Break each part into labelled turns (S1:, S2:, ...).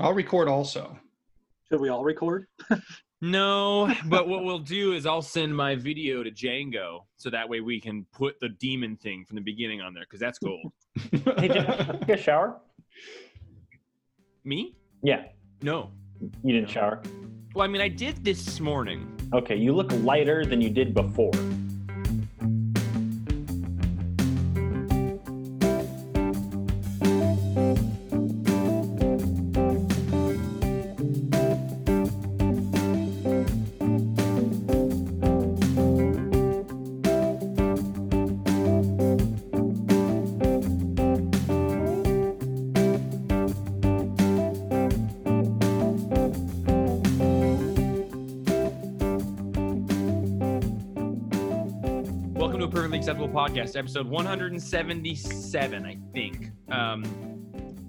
S1: I'll record also.
S2: Should we all record?
S3: No, but what we'll do is I'll send my video to Django so that way we can put the demon thing from the beginning on there because that's gold.
S4: Hey, did you take a shower?
S3: Me?
S4: Yeah,
S3: No.
S4: you didn't shower.
S3: Well, I mean, I did this morning.
S4: Okay, you look lighter than you did before.
S3: Welcome to a Perfectly Acceptable Podcast, episode 177, I think. Um,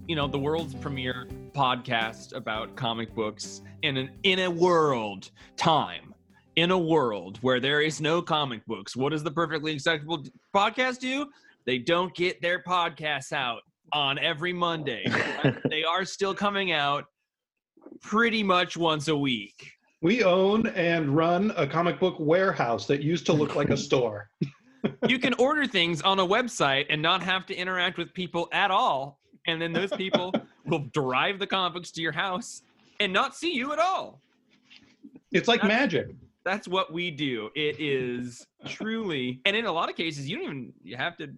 S3: you know, the world's premier podcast about comic books in an in a world time. In a world where there is no comic books, what does the perfectly acceptable podcast do? They don't get their podcasts out on every Monday. they are still coming out pretty much once a week.
S1: We own and run a comic book warehouse that used to look like a store.
S3: you can order things on a website and not have to interact with people at all and then those people will drive the comic books to your house and not see you at all
S1: It's like magic.
S3: that's what we do it is truly and in a lot of cases you don't even you have to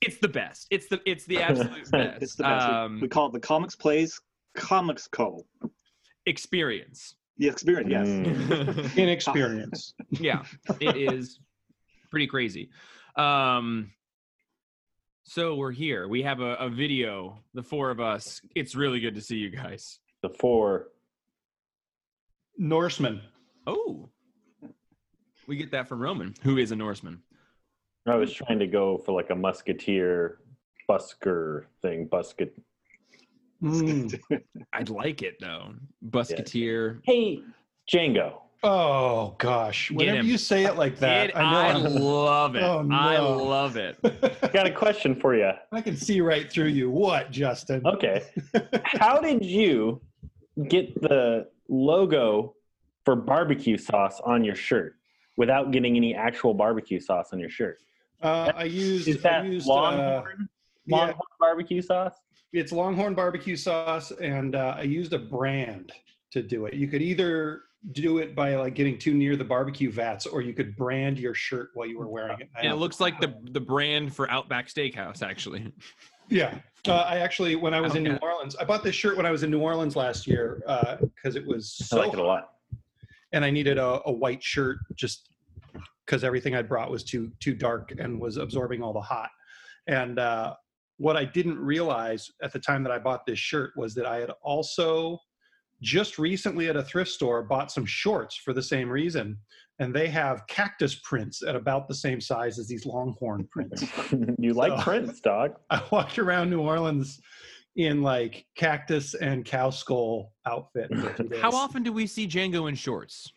S3: it's the best it's the it's the absolute best,
S2: It's the best. We-
S3: Um,
S2: we call it the Comics Plays Comics Co.
S3: experience
S2: The experience, yes.
S4: Mm.
S1: Inexperience.
S3: yeah it is pretty crazy um so we're here we have a, a video the four of us it's really good to see you guys
S4: The four.
S1: Norseman.
S3: oh we get that from roman who is a norseman
S4: I was trying to go for like a musketeer busker thing. Busket.
S1: Mm.
S3: i'd like it though busketeer
S4: Hey, Django.
S1: Oh gosh.
S3: Get
S1: Whenever
S3: him.
S1: you say it like that,
S3: Kid, I,
S1: I know
S3: love it
S1: Oh,
S3: i
S1: no.
S3: love it
S1: I'm-
S4: Got a question for you.
S1: I can see right through you. What, Justin?
S4: Okay. How did you get the logo for barbecue sauce on your shirt without getting any actual barbecue sauce on your shirt?
S1: Uh, I used.
S4: Is that
S1: I used, uh,
S4: Longhorn?
S1: yeah,
S4: Longhorn barbecue sauce?
S1: it's Longhorn barbecue sauce, and uh, I used a brand to do it. You could either do it by like getting too near the barbecue vats, or you could brand your shirt while you were wearing it. I
S3: and it
S1: don't-
S3: looks like the the brand for outback steakhouse actually
S1: Yeah. Uh, I actually, when I was in New
S3: Okay.
S1: Orleans, I bought this shirt when I was in New Orleans last year because it was
S4: I
S1: so
S4: like it a lot.
S1: and I needed a, a white shirt just because everything I brought was too too dark and was absorbing all the hot. And uh, what I didn't realize at the time that I bought this shirt was that I had also just recently at a thrift store bought some shorts for the same reason, and they have cactus prints at about the same size as these longhorn prints.
S4: you like
S1: So-
S4: Prince, dog.
S1: I walked around New Orleans in like cactus and cow skull outfit. for two
S3: how
S1: days.
S3: often do we see django in shorts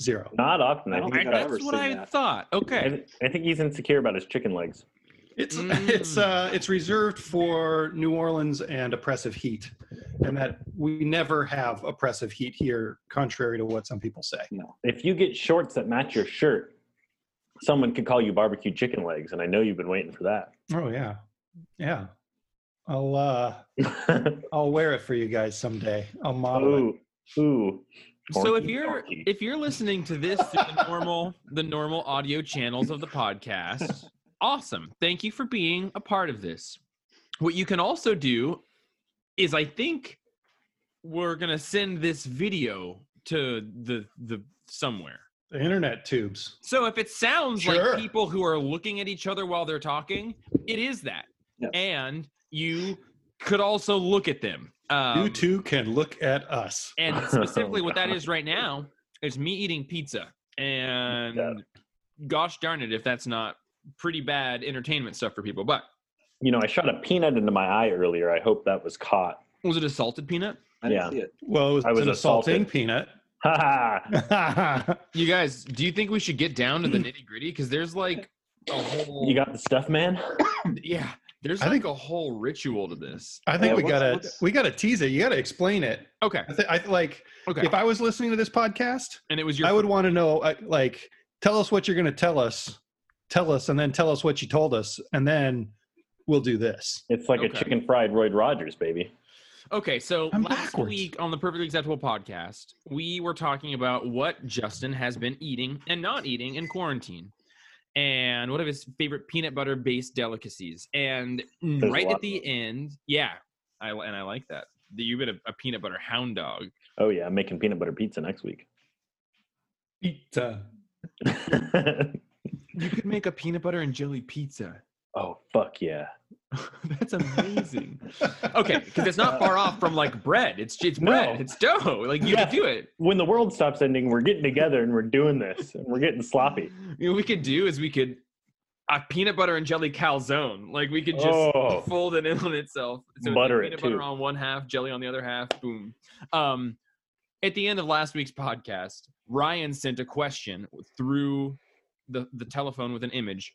S1: Zero.
S4: Not often. I
S2: I don't
S4: think,
S2: think
S4: he's
S2: I've
S4: got-
S2: ever
S3: that's what
S2: seen
S3: i
S2: that.
S3: thought okay
S4: I, th- I think he's insecure about his chicken legs.
S1: It's
S3: Mm.
S1: it's uh, it's reserved for New Orleans and oppressive heat, and that we never have oppressive heat here, contrary to what some people say.
S4: If you get shorts that match your shirt, someone could call you barbecue chicken legs, and I know you've been waiting for
S1: Oh yeah, yeah. I'll uh,
S4: that.
S1: I'll wear it for you guys someday. I'll model it.
S4: ooh, ooh.
S3: So if
S4: Corky,
S3: you're
S4: corky.
S3: if you're listening to this through the normal the normal audio channels of the podcast, awesome. Thank you for being a part of this. What you can also do is I think we're going to send this video to the the somewhere.
S1: The internet tubes.
S3: So if it sounds
S1: Sure.
S3: like people who are looking at each other while they're talking, it is that.
S2: Yes.
S3: And you could also look at them. Um,
S1: you too can look at us.
S3: and
S4: Oh,
S3: specifically, what that
S4: God.
S3: is right now is me eating pizza. And
S4: Yeah.
S3: gosh darn it, if that's not pretty bad entertainment stuff for people. But
S4: you know, I shot a peanut into my eye earlier. I hope that was caught.
S3: was it a salted peanut?
S2: I didn't
S4: Yeah.
S2: see it.
S1: Well, it was,
S4: I was
S1: an assaulting
S4: assaulted.
S1: peanut.
S4: Ha ha.
S3: You guys, do you think we should get down to the nitty gritty? Because there's like a whole.
S4: You got the stuff, man?
S3: yeah. There's
S1: I
S3: like
S1: think-
S3: a whole ritual to this.
S1: I think
S2: Yeah,
S1: we
S2: what's-
S1: gotta
S2: what's-
S1: we gotta tease it. You gotta explain it.
S3: Okay.
S1: I, th- I like
S3: Okay.
S1: if I was listening to this podcast,
S3: and it was your
S1: I would want to know uh, like tell us what you're gonna tell us, tell us, and then tell us what you told us, and then we'll do this.
S4: It's like a
S3: Okay.
S4: chicken fried Roy Rogers, baby.
S3: Okay, so
S1: I'm
S3: last
S1: backwards.
S3: week on the Perfectly Acceptable podcast, we were talking about what Justin has been eating and not eating in quarantine and one of his favorite peanut butter based delicacies. And
S4: a
S3: right
S4: lot
S3: at
S4: of
S3: the end, yeah, I, and I like that. that You've been a, a peanut butter hound dog.
S4: Oh yeah, I'm making peanut butter pizza next week.
S1: Pizza.
S3: You could make a peanut butter and jelly pizza.
S4: oh fuck yeah.
S3: That's amazing. okay, because it's not far off from like bread. It's it's
S4: No.
S3: bread. It's dough. Like you
S4: Yeah.
S3: could do it.
S4: When the world stops ending, we're getting together and we're doing this. And we're getting sloppy.
S3: You know, we could do is we could a peanut butter and jelly calzone. Like we could just
S4: Oh.
S3: fold it in on itself. it's
S4: Butter
S3: like
S4: it,
S3: peanut butter
S4: too.
S3: on one half, jelly on the other half. Boom. Um, at the end of last week's podcast, Ryan sent a question through the the telephone with an image,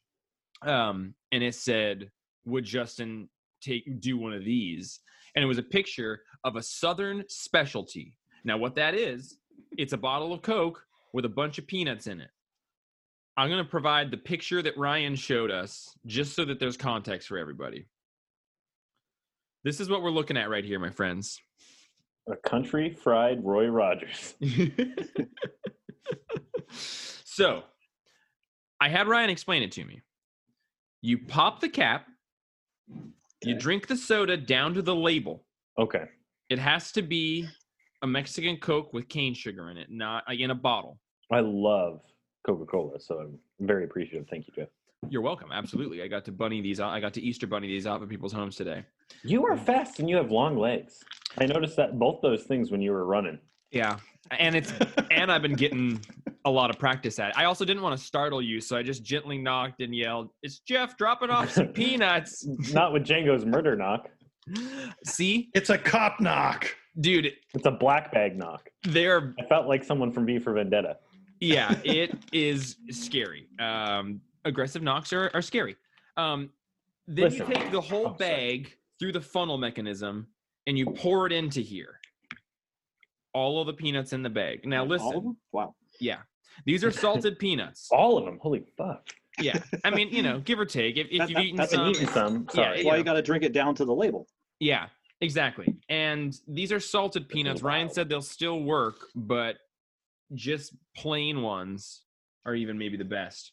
S3: um, and it said, "Would Justin take do one of these?" And it was a picture of a Southern specialty. Now, what that is, it's a bottle of Coke with a bunch of peanuts in it. I'm going to provide the picture that Ryan showed us just so that there's context for everybody. This is what we're looking at right here, my friends.
S4: A country fried Roy Rogers.
S3: so I had Ryan explain it to me. You pop the cap, you
S4: Okay.
S3: drink the soda down to the label.
S4: Okay.
S3: It has to be a Mexican Coke with cane sugar in it, not like in a bottle.
S4: I love Coca-Cola, so I'm very appreciative. Thank you, Jeff.
S3: You're welcome. Absolutely. I got to bunny these out. I got to Easter bunny these out for people's homes today.
S4: You are fast and you have long legs. I noticed that both those things when you were running.
S3: Yeah. And it's and I've been getting a lot of practice at. it. I also didn't want to startle you, so I just gently knocked and yelled, "It's Jeff dropping off some peanuts."
S4: Not with Django's murder knock.
S3: See,
S1: It's a cop knock.
S3: dude,
S4: It's a black bag knock.
S3: they're
S4: I felt like someone from V for Vendetta.
S3: yeah, it is scary. Um, aggressive knocks are, are scary. Um, then
S4: Listen.
S3: you take the whole
S4: Oh, sorry.
S3: bag through the funnel mechanism and you pour it into here. All of the peanuts in the bag. Now
S2: All of
S3: listen,
S2: them? Wow.
S3: yeah, these are salted peanuts.
S4: All of them. Holy fuck.
S3: Yeah, I mean, you know, give or take. If, if
S2: That-
S3: you've
S2: that-
S3: eaten
S2: that's an
S3: some,
S4: I've eaten some. Sorry.
S2: That's
S3: Yeah.
S2: why you got to drink it down to the label.
S3: yeah, exactly. And these are salted peanuts. Ryan
S4: wild.
S3: said they'll still work, but just plain ones are even maybe the best.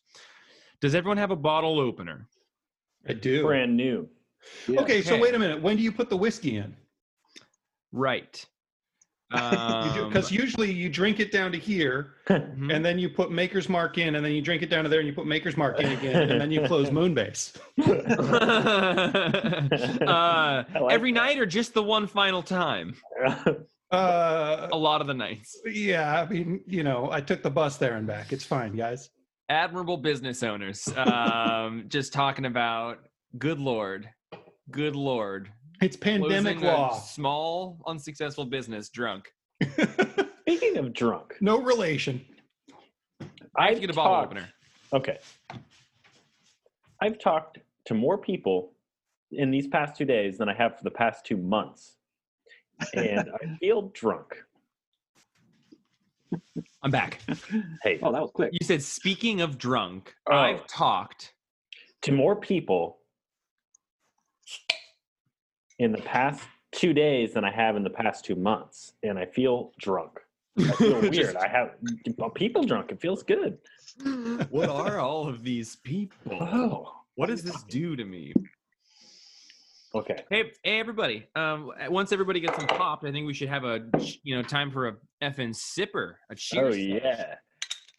S3: Does everyone have a bottle opener?
S1: I do.
S4: Brand new.
S2: Yeah.
S1: Okay, so
S3: Okay.
S1: wait a minute. When do you put the whiskey in?
S3: Right.
S1: Because usually you drink it down to here,
S3: Um,
S1: and then you put Maker's Mark in, and then you drink it down to there, and you put Maker's Mark in again, and then you close Moonbase.
S3: uh,
S4: I like
S3: every
S4: that.
S3: night or just the one final time?
S1: Uh,
S3: A lot of the nights.
S1: yeah, I mean, you know, I took the bus there and back. It's fine, guys.
S3: admirable business owners um, just talking about good lord good lord
S1: It's pandemic
S3: closing a
S1: law.
S3: small unsuccessful business drunk
S4: Speaking of drunk,
S1: No relation.
S3: i have to
S4: I've
S3: get a bottle
S4: talked-
S3: opener
S4: Okay. I've talked to more people in these past two days than I have for the past two months. And I feel drunk.
S3: i'm back
S4: Hey,
S2: Oh, that was quick.
S3: you said speaking of drunk
S4: Oh.
S3: i've talked
S4: to more people in the past two days than I have in the past two months. And I feel drunk. I feel weird.
S3: Just-
S4: I have people drunk. It feels good. Mm-hmm.
S3: what are all of these people
S4: Oh,
S3: what does this do to me
S4: okay.
S3: Hey, hey, everybody! Um, once everybody gets them popped, I think we should have a, you know, time for a effing sipper, a
S4: Oh
S3: cheers.
S4: yeah,
S2: Are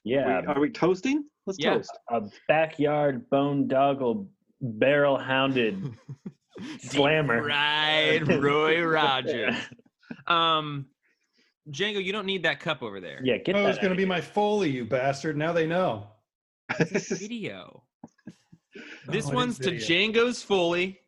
S4: yeah.
S2: we- are we toasting? Let's
S3: Yeah.
S2: toast.
S4: A backyard bone doggle barrel hounded slammer.
S3: Right, Roy Rogers. Um, Django, you don't need that cup over there.
S4: Yeah, get
S1: oh,
S4: that.
S1: it's going to be my Foley, you bastard. Now they know.
S3: It's a video. This
S1: Oh, it is
S3: one's to
S1: video.
S3: Django's Foley,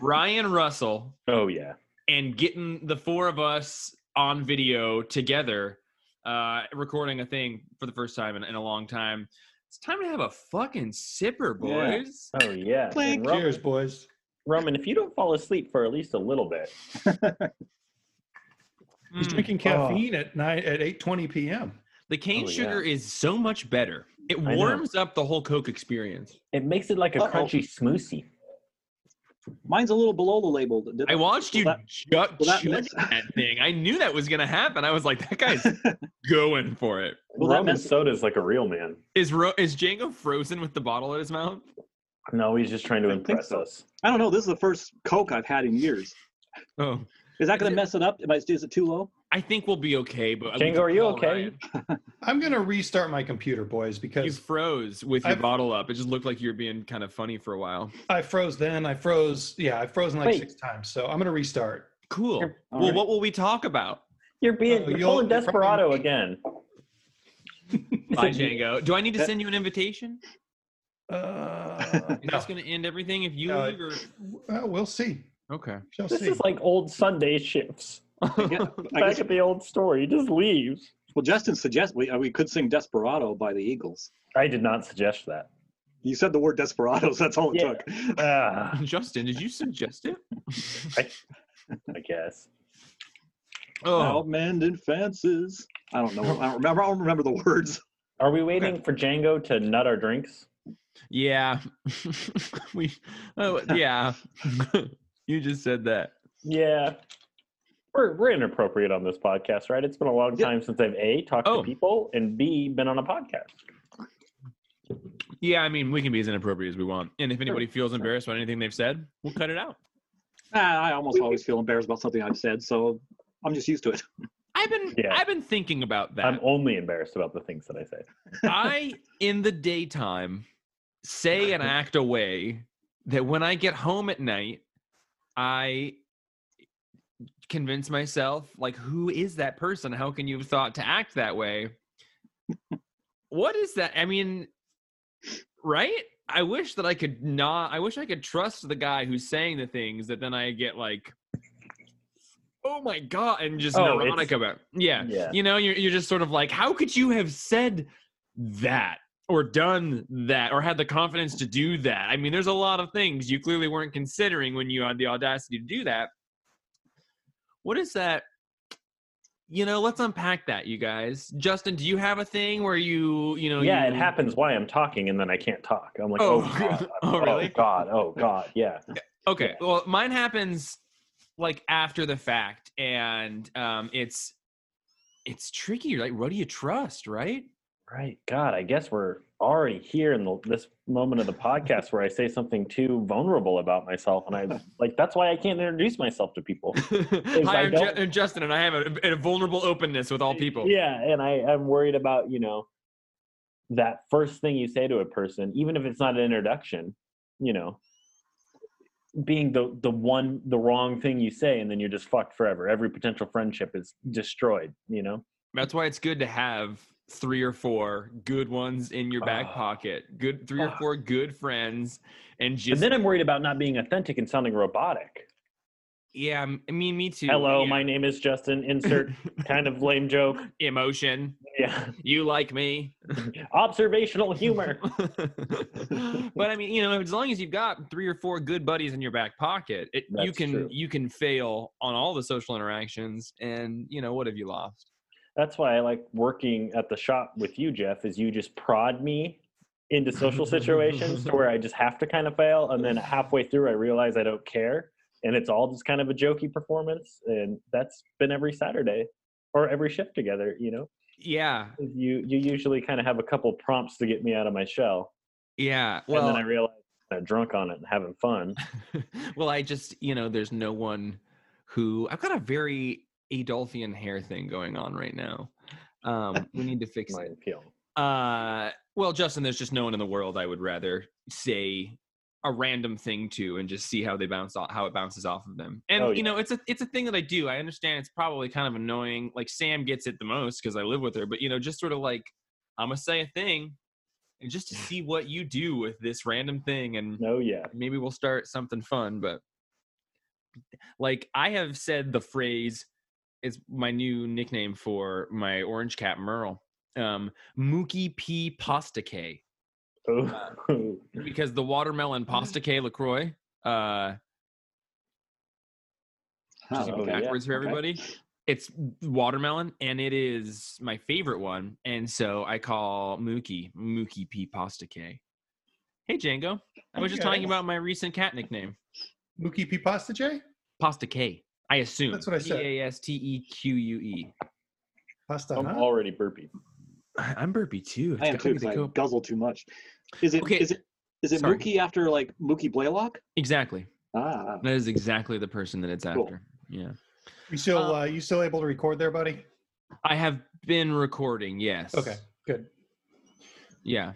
S3: Ryan Russell,
S4: oh yeah.
S3: and getting the four of us on video together, uh, recording a thing for the first time in, in a long time. It's time to have a fucking sipper,
S2: Yeah.
S3: boys.
S4: Oh yeah.
S2: Clink.
S4: And Ro-
S1: Cheers, boys.
S4: Roman, if you don't fall asleep for at least a little bit,
S1: He's
S3: Mm.
S1: drinking caffeine at nine at eight twenty p.m.
S3: The cane
S4: Oh, yeah.
S3: sugar is so much better. It
S4: know.
S3: warms up the whole Coke experience.
S4: it makes it like a
S2: Uh-oh.
S4: crunchy smoothie.
S2: Mine's a little below the label. Did-
S3: I watched you
S2: Will that-
S3: ju-
S2: will that
S3: judge
S2: mess-
S3: that thing. I knew that was going to happen. I was like, that guy's going for it.
S2: Will that
S4: Roman
S2: mess-
S4: soda is like a real man.
S3: Is Ro- is Django frozen with the bottle at his mouth?
S4: No, he's just trying to
S2: I think
S4: impress
S2: so.
S4: us.
S2: I don't know. This is the first Coke I've had in years.
S3: Oh,
S2: Is that going
S3: Is
S2: to
S3: it-
S2: mess it up? Am I, is it too low?
S3: I think we'll be okay. But we
S4: Django,
S3: can
S4: are you
S3: call
S4: okay?
S3: Ryan.
S1: I'm gonna restart my computer, boys,
S3: You
S1: because
S3: froze with your
S1: I've-
S3: bottle up. It just looked like you were being kind of funny for a while.
S1: I froze then. I froze. Yeah, I frozen like
S4: Wait.
S1: six times. So I'm gonna restart.
S3: Cool.
S4: Sure.
S2: All
S3: well,
S2: right.
S3: what will we talk about?
S4: You're being
S1: Oh,
S4: you're
S1: you'll-
S4: pulling
S1: you're
S4: Desperado
S1: probably-
S4: again.
S3: Bye, Django. Do I need to
S2: That-
S3: send you an invitation?
S1: Uh,
S3: Is
S1: no.
S3: this going to end everything if you
S1: No,
S3: leave? Or...
S1: Uh, we'll see.
S3: Okay.
S1: Shall
S4: This
S1: see.
S4: is like old Sunday shifts.
S2: Yeah, I
S4: Back
S2: guess-
S4: at the old store, he just leaves.
S2: well, Justin suggests we, uh, we could sing Desperado by the Eagles.
S4: I did not suggest that.
S2: You said the word desperados. That's all it
S4: Yeah.
S2: took.
S4: Ah,
S3: Justin, did you suggest it?
S4: I guess.
S3: Oh,
S2: Out mending fences. I don't know. I don't remember. I don't remember the words.
S4: Are we waiting for Django to nut our drinks?
S3: Yeah. we oh yeah. you just said that.
S4: Yeah. We're, we're inappropriate on this podcast, right? It's been a long
S2: Yeah.
S4: time since I've A, talked
S3: Oh.
S4: to people, and B, been on a podcast.
S3: Yeah, I mean we can be as inappropriate as we want. And if anybody feels embarrassed about anything they've said, we'll cut it out.
S2: Ah, I almost always feel embarrassed about something I've said, so I'm just used to it.
S3: I've been
S4: Yeah.
S3: I've been thinking about
S4: I'm
S3: that.
S4: only embarrassed about the things that I say.
S3: I in the daytime say and act a way that when I get home at night, I convince myself like who is that person? How can you have thought to act that way? what is that? I mean, right? I wish that I could not. I wish I could trust the guy who's saying the things that then I get like, oh my god, and just
S4: Oh,
S3: neurotic
S4: it's-
S3: about. Yeah.
S4: Yeah.
S3: you know, you're you're just sort of like, how could you have said that or done that or had the confidence to do that? I mean, there's a lot of things you clearly weren't considering when you had the audacity to do that. What is that? You know, let's unpack that, you guys. Justin, do you have a thing where you, you know,
S4: yeah,
S3: you,
S4: it happens why I'm talking, and then I can't talk. I'm like,
S3: Oh,
S4: oh, God.
S3: oh, really?
S4: Oh, God. Oh, God. Yeah.
S3: Okay. Well, mine happens like after the fact, and um, it's it's tricky. Like, what do you trust, right?
S4: Right. God, I guess we're already here in the, this moment of the podcast where I say something too vulnerable about myself. And I like, that's why I can't introduce myself to people.
S3: Hi,
S4: I
S3: I'm
S4: don't-
S3: Ju- I'm Justin, and I have a, a vulnerable openness with all people.
S4: Yeah. And I, I'm worried about, you know, that first thing you say to a person, even if it's not an introduction, you know, being the, the one, the wrong thing you say, and then you're just fucked forever. Every potential friendship is destroyed, you know?
S3: That's why it's good to have three or four good ones in your back
S4: Ah.
S3: pocket. Good three or
S4: Ah.
S3: four good friends, and just
S4: And then I'm worried about not being authentic and sounding robotic.
S3: yeah. m- I mean, me too.
S4: Hello,
S3: yeah.
S4: my name is Justin. Insert kind of lame joke.
S3: emotion.
S4: Yeah.
S3: You like me.
S4: Observational humor.
S3: but I mean, you know, as long as you've got three or four good buddies in your back pocket, it, you
S4: That's
S3: can
S4: true.
S3: you can fail on all the social interactions, and you know what have you lost?
S4: That's why I like working at the shop with you, Jeff, is you just prod me into social situations to where I just have to kind of fail. And then halfway through, I realize I don't care. And it's all just kind of a jokey performance. And that's been every Saturday or every shift together, you know?
S3: Yeah,
S4: You, you usually kind of have a couple prompts to get me out of my shell.
S3: yeah. Well,
S4: and then I realize I'm drunk on it and having fun.
S3: well, I just, you know, there's no one who I've got a very Adolphian hair thing going on right now. Um, we need to fix
S4: My
S3: it.
S4: appeal.
S3: Uh, well, Justin, there's just no one in the world I would rather say a random thing to and just see how they bounce off, how it bounces off of them. And
S4: Oh,
S3: you
S4: yeah.
S3: know, it's a it's a thing that I do. I understand it's probably kind of annoying. Like Sam gets it the most because I live with her. But you know, just sort of like I'm gonna say a thing, and just to see what you do with this random thing and
S4: No, yeah.
S3: maybe we'll start something fun but like i have said the phrase it's my new nickname for my orange cap merle um mookie p pasta k
S4: Oh.
S2: Mm.
S3: because the watermelon pasta k lacroix uh
S2: Oh,
S3: just
S2: okay, yeah,
S3: backwards for
S2: okay.
S3: everybody. It's watermelon, and it is my favorite one, and so I call Mookie Mookie P Pasta K. Hey Django, I was just
S1: Okay.
S3: talking about my recent cat nickname,
S1: Mookie P. Pasta J?
S3: Pasta K. I assume
S1: That's what I said.
S3: P A S T E Q U E.
S1: Pasta,
S4: I'm
S1: huh?
S4: already burpy.
S3: I- I'm burpy too. It's
S2: I am
S3: gotta
S2: too
S3: be the
S2: 'cause I
S3: co-
S2: guzzle too much. Is it? Is
S3: Okay,
S2: it? Is it
S3: sorry.
S2: Mookie after like Mookie Blaylock?
S3: Exactly.
S2: Ah,
S3: That is exactly the person that it's
S2: Cool.
S3: after. Yeah.
S1: You still
S4: Um,
S1: uh, you still able to record there, buddy?
S3: I have been recording, yes.
S1: Okay, good.
S3: Yeah.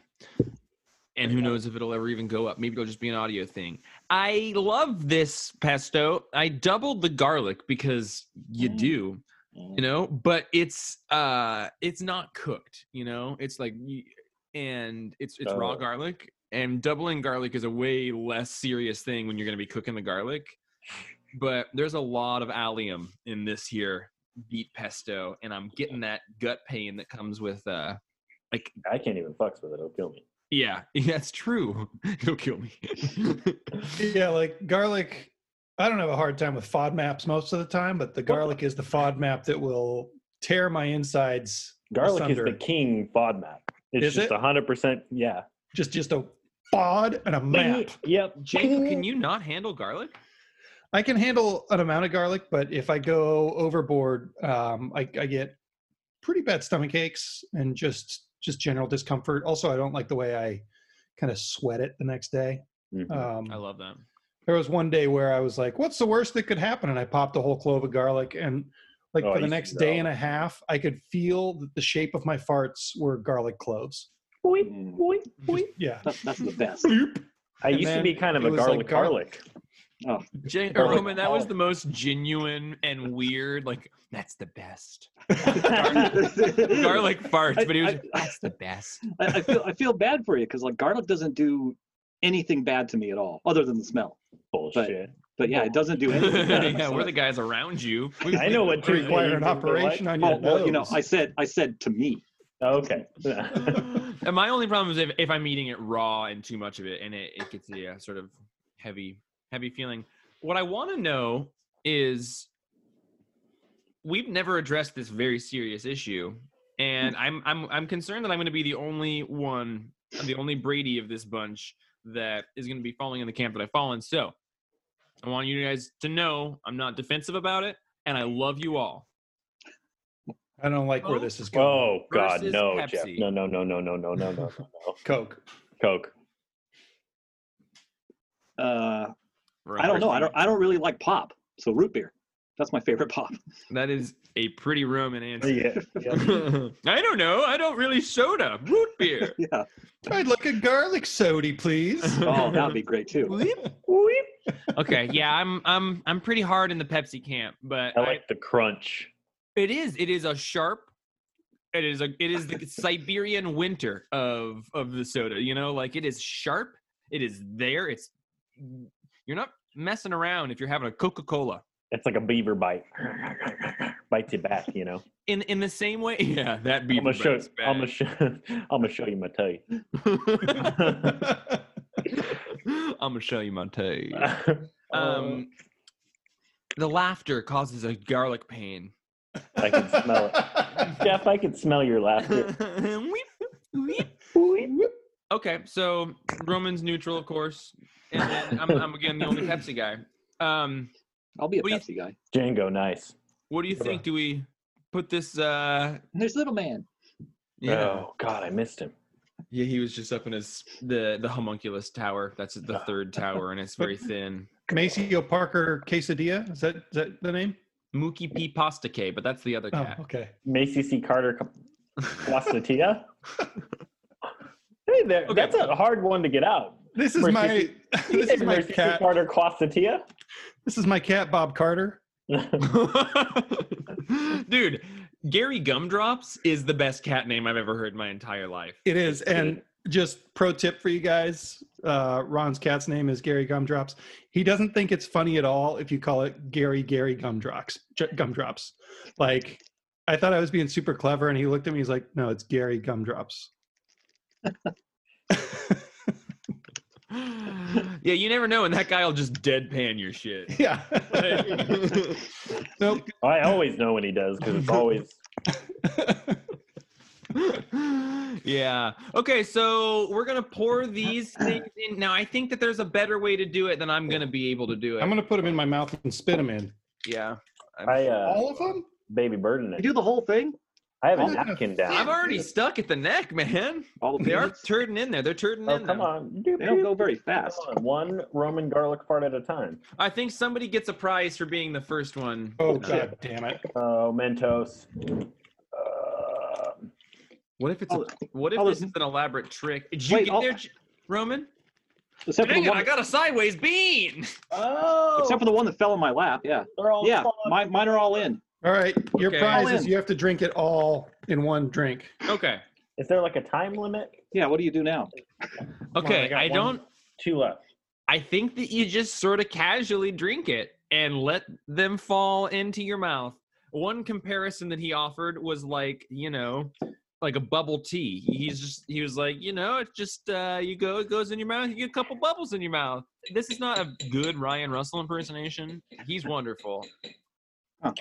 S3: And who knows if it'll ever even go up. Maybe it'll just be an audio thing. I love this pesto. I doubled the garlic because you
S2: Mm.
S3: do. you
S2: Mm.
S3: know but it's uh it's not cooked you know it's like y- and it's it's raw
S4: Oh.
S3: garlic and doubling garlic is a way less serious thing when you're going to be cooking the garlic but there's a lot of allium in this here beet pesto and i'm getting that gut pain that comes with uh like
S4: I can't even fucks with it. It'll kill me.
S3: yeah that's true it'll kill me
S1: Yeah, like garlic. I don't have a hard time with FODMAPs most of the time, but the garlic is the FODMAP that will tear my insides
S4: Garlic is
S1: Asunder.
S4: the king FODMAP. It's
S1: Is
S4: just
S1: it?
S4: hundred percent. Yeah.
S1: just just a FOD and a map.
S4: Yep.
S3: jake can you not handle garlic
S1: I can handle an amount of garlic, but if I go overboard, um, I, I get pretty bad stomach aches and just just general discomfort. Also, I don't like the way I kind of sweat it the next day.
S4: Mhm.
S1: Um,
S3: i love that
S1: there was one day where I was like, "What's the worst that could happen?" And I popped a whole clove of garlic, and like
S4: Oh, I
S1: for the
S4: used to
S1: next
S4: do that
S1: day
S4: all
S1: and
S4: the
S1: a half, I could feel that the shape of my farts were garlic cloves.
S2: Mm.
S1: Just- yeah,
S2: That- that's the best.
S1: Boop.
S4: I
S1: And
S4: used to
S1: then
S4: be kind of
S1: it
S4: a
S1: was like
S4: garlic
S1: garlic.
S4: garlic.
S3: Jan-
S4: Or, like,
S3: Roman, that was
S4: olive.
S3: the most genuine and weird. Like that's the best garlic farts,
S2: I-
S3: but he was
S2: I-
S3: that's the best.
S2: I, I feel I feel bad for you because like garlic doesn't do anything bad to me at all, other than the smell.
S4: Bullshit.
S2: But yeah, it doesn't do anything. bad.
S3: yeah,
S2: So
S3: we're the guys around you. We-
S4: I know what
S1: to
S4: to
S1: require an operation on your
S2: Oh, well, you know,
S1: nose.
S2: I said I said to me.
S4: Okay.
S3: And my only problem is if, if I'm eating it raw and too much of it, and it, it gets a uh, sort of heavy, heavy feeling. What I want to know is, we've never addressed this very serious issue, and I'm I'm I'm concerned that I'm going to be the only one, the only Brady of this bunch that is going to be falling in the camp that I've fallen. So, I want you guys to know I'm not defensive about it, and I love you all.
S1: I don't like where this is going.
S4: oh God,
S3: Versus
S4: no, Jeff.
S3: Pepsi.
S4: No, no, no, no, no, no, no, no, no, no.
S1: Coke.
S4: Coke.
S2: Uh, I don't know. I don't. I don't really like pop. So root beer. That's my favorite pop.
S3: That is a pretty Roman answer.
S4: Yeah. yeah.
S3: I don't know. I don't really soda. Root beer.
S2: Yeah.
S1: I'd like a garlic soda, please.
S2: Oh, that'd be great too.
S3: okay, yeah, I'm I'm I'm pretty hard in the Pepsi camp, but I
S4: I like the crunch.
S3: it is it is a sharp it is a it is the Siberian winter of of the soda, you know? Like it is sharp, it is there, it's you're not messing around if you're having a Coca-Cola.
S4: It's like a beaver bite. Bites you back, you know.
S3: In in the same way, yeah, that be
S4: I'm gonna show. I'm gonna show. I'm gonna show you my teeth.
S3: I'm gonna show you my taste. Um, the laughter causes a garlic pain.
S4: I can smell it. Jeff, I can smell your laughter.
S3: Weep, weep. okay, so Roman's neutral, of course, and then I'm, I'm again the only Pepsi guy. Um,
S2: I'll be a
S3: What do you-
S2: Pepsi guy.
S4: Django, nice.
S3: what do you think? Do we put this? Uh,
S2: And there's little man.
S3: yeah,
S4: Oh God, I missed him.
S3: yeah. He was just up in his the the homunculus tower. That's the third tower, and it's very thin.
S1: Maceo Parker Quesadilla. Is that is that the name?
S3: Mookie P. Pasta K, but that's the other
S1: Oh,
S3: cat.
S1: okay.
S4: Macy C. Carter Costatia. hey there.
S3: Okay.
S4: That's a hard one to get out.
S1: This is
S4: Mercy-
S1: my
S4: You
S1: this
S4: say
S1: is my
S4: Macy C.
S1: cat.
S4: Carter Costatia?
S1: This is my cat Bob Carter.
S3: Dude, Gary Gumdrops is the best cat name I've ever heard in my entire life.
S1: It is. And just pro tip for you guys, uh, Ron's cat's name is Gary Gumdrops. He doesn't think it's funny at all if you call it Gary Gary Gumdrops. J- Gumdrops. Like I thought I was being super clever, and he looked at me. He's like, "No, it's Gary Gumdrops."
S3: yeah, you never know, and that guy will just deadpan your shit.
S1: Yeah. nope.
S4: I always know when he does because it's always
S3: yeah. Okay, so we're gonna pour these things in. Now I think that there's a better way to do it than I'm gonna be able to do it.
S1: I'm gonna put them in my mouth and spit them in.
S3: yeah.
S4: I uh,
S1: All of them?
S4: baby bird in
S2: You
S4: it.
S2: do the whole thing?
S4: I have a
S1: I'm gonna-
S4: napkin down.
S3: I'm already stuck at the neck, man.
S2: All the
S3: They are
S2: peanuts?
S3: turding in there. They're turding
S4: Oh
S3: in
S4: come
S3: there.
S4: on!
S2: They don't go very fast.
S4: Come on, One Roman garlic part at a time.
S3: I think somebody gets a prize for being the first one.
S1: Oh
S3: Uh,
S1: god damn it.
S4: Oh, Mentos. Uh,
S3: What if it's a, what if
S2: all
S3: this
S2: this-
S3: is an elaborate trick? Did you
S2: Wait,
S3: get
S2: all-
S3: there, J- Roman?
S2: Except for,
S3: Dang
S2: the
S3: it, I
S2: one,
S3: got a sideways bean.
S4: oh,
S2: except for the one that fell in my lap. Yeah.
S4: they're
S3: Oh,
S4: all
S2: Yeah.
S4: fun.
S2: My, mine are all in.
S1: All right. Your
S3: Okay.
S1: prize
S2: All
S1: is
S2: in.
S1: you have to drink it all in one drink.
S3: Okay.
S4: Is there like a time limit?
S2: Yeah. What do you do now?
S1: on, I
S3: Okay.
S1: got
S3: I
S1: one.
S3: don't
S4: Two left.
S3: I think that you just sort of casually drink it and let them fall into your mouth. One comparison that he offered was like, you know, like a bubble tea. He's just he was like, you know, it's just uh you go it goes in your mouth, you get a couple bubbles in your mouth. This is not a good Ryan Russell impersonation. He's wonderful.
S2: Huh. Um,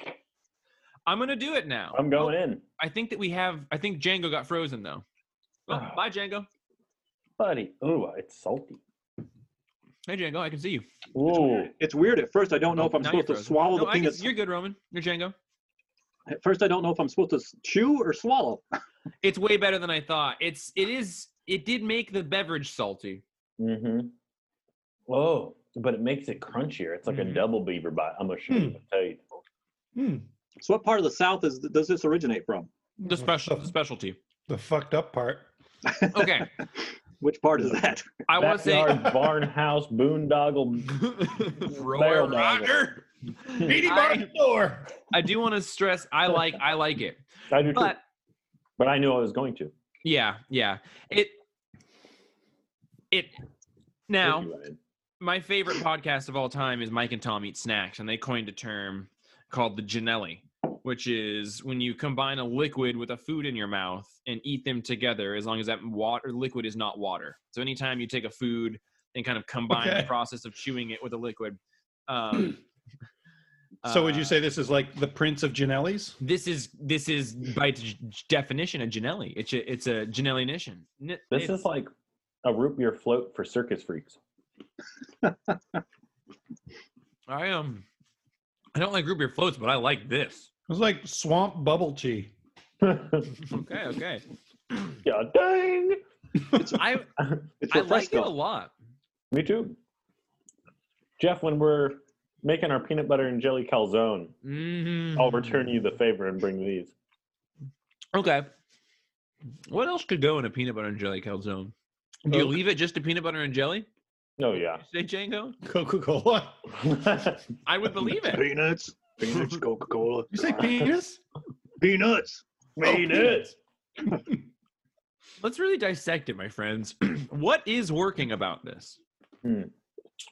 S3: I'm gonna do it now.
S4: I'm going in,
S3: I think that we have I think Django got frozen though. Oh,
S2: Ah.
S4: Oh.
S3: bye Django.
S4: buddy. Ooh, it's salty.
S3: Hey Django, I can see you.
S4: Ooh,
S2: It's weird at first. I don't know if I'm
S3: Oh, Now you're
S2: supposed to
S3: frozen.
S2: swallow
S3: No,
S2: the
S3: I
S2: thing
S3: can,
S2: that's
S3: you're good, Roman. You're Django.
S2: At first, I don't know if I'm supposed to s- chew or swallow.
S3: It's way better than I thought. It's it is it did make the beverage salty.
S4: Mm-hmm. Oh, but it makes it crunchier. It's like a
S3: Mhm.
S4: double beaver bite. I'm gonna show you. I'll tell you.
S1: Hmm.
S2: So, what part of the South is does this originate from?
S3: The special the
S1: the,
S3: specialty.
S1: the fucked up part.
S3: Okay.
S2: Which part is that?
S3: I want to say
S4: Backyard, barn house, boondoggle.
S3: Roy
S4: Barrel
S3: Roger.
S1: Beaty by
S3: I,
S1: the door.
S3: I do want to stress I like I like it.
S4: I do too,
S3: But
S4: but, I knew I was going to.
S3: yeah, yeah. It it now my favorite podcast of all time is Mike and Tom Eat Snacks, and they coined a term called the Janelli, which is when you combine a liquid with a food in your mouth and eat them together, as long as that water liquid is not water. So anytime you take a food and kind of combine the
S1: Okay.
S3: process of chewing it with a liquid. Um,
S1: so would
S3: uh,
S1: you say this is like the Prince of Janelli's?
S3: this is this is by d- definition a Janelli? It's a it's a Janelli-nition. N-
S4: This
S3: it's-
S4: is like a root beer float for circus freaks.
S3: I um I don't like root beer floats, but I like this.
S1: It was like swamp bubble tea.
S4: yeah,
S3: Okay, okay.
S4: dang.
S3: I
S2: It's
S3: I like it a
S2: Refresco.
S3: lot.
S4: Me too. Jeff, when we're making our peanut butter and jelly calzone,
S3: Mm-hmm.
S4: I'll return you the favor and bring these.
S3: Okay. What else could go in a peanut butter and jelly calzone? Do you
S1: Coke.
S3: leave it just to peanut butter and jelly?
S4: Oh yeah. Oh,
S3: Say Django.
S1: Coca Cola.
S3: I would believe it.
S2: Peanuts. Peanuts. Coca Cola.
S1: You say penis?
S2: Peanuts.
S4: Peanuts.
S3: Let's really dissect it, my friends. what is working about this?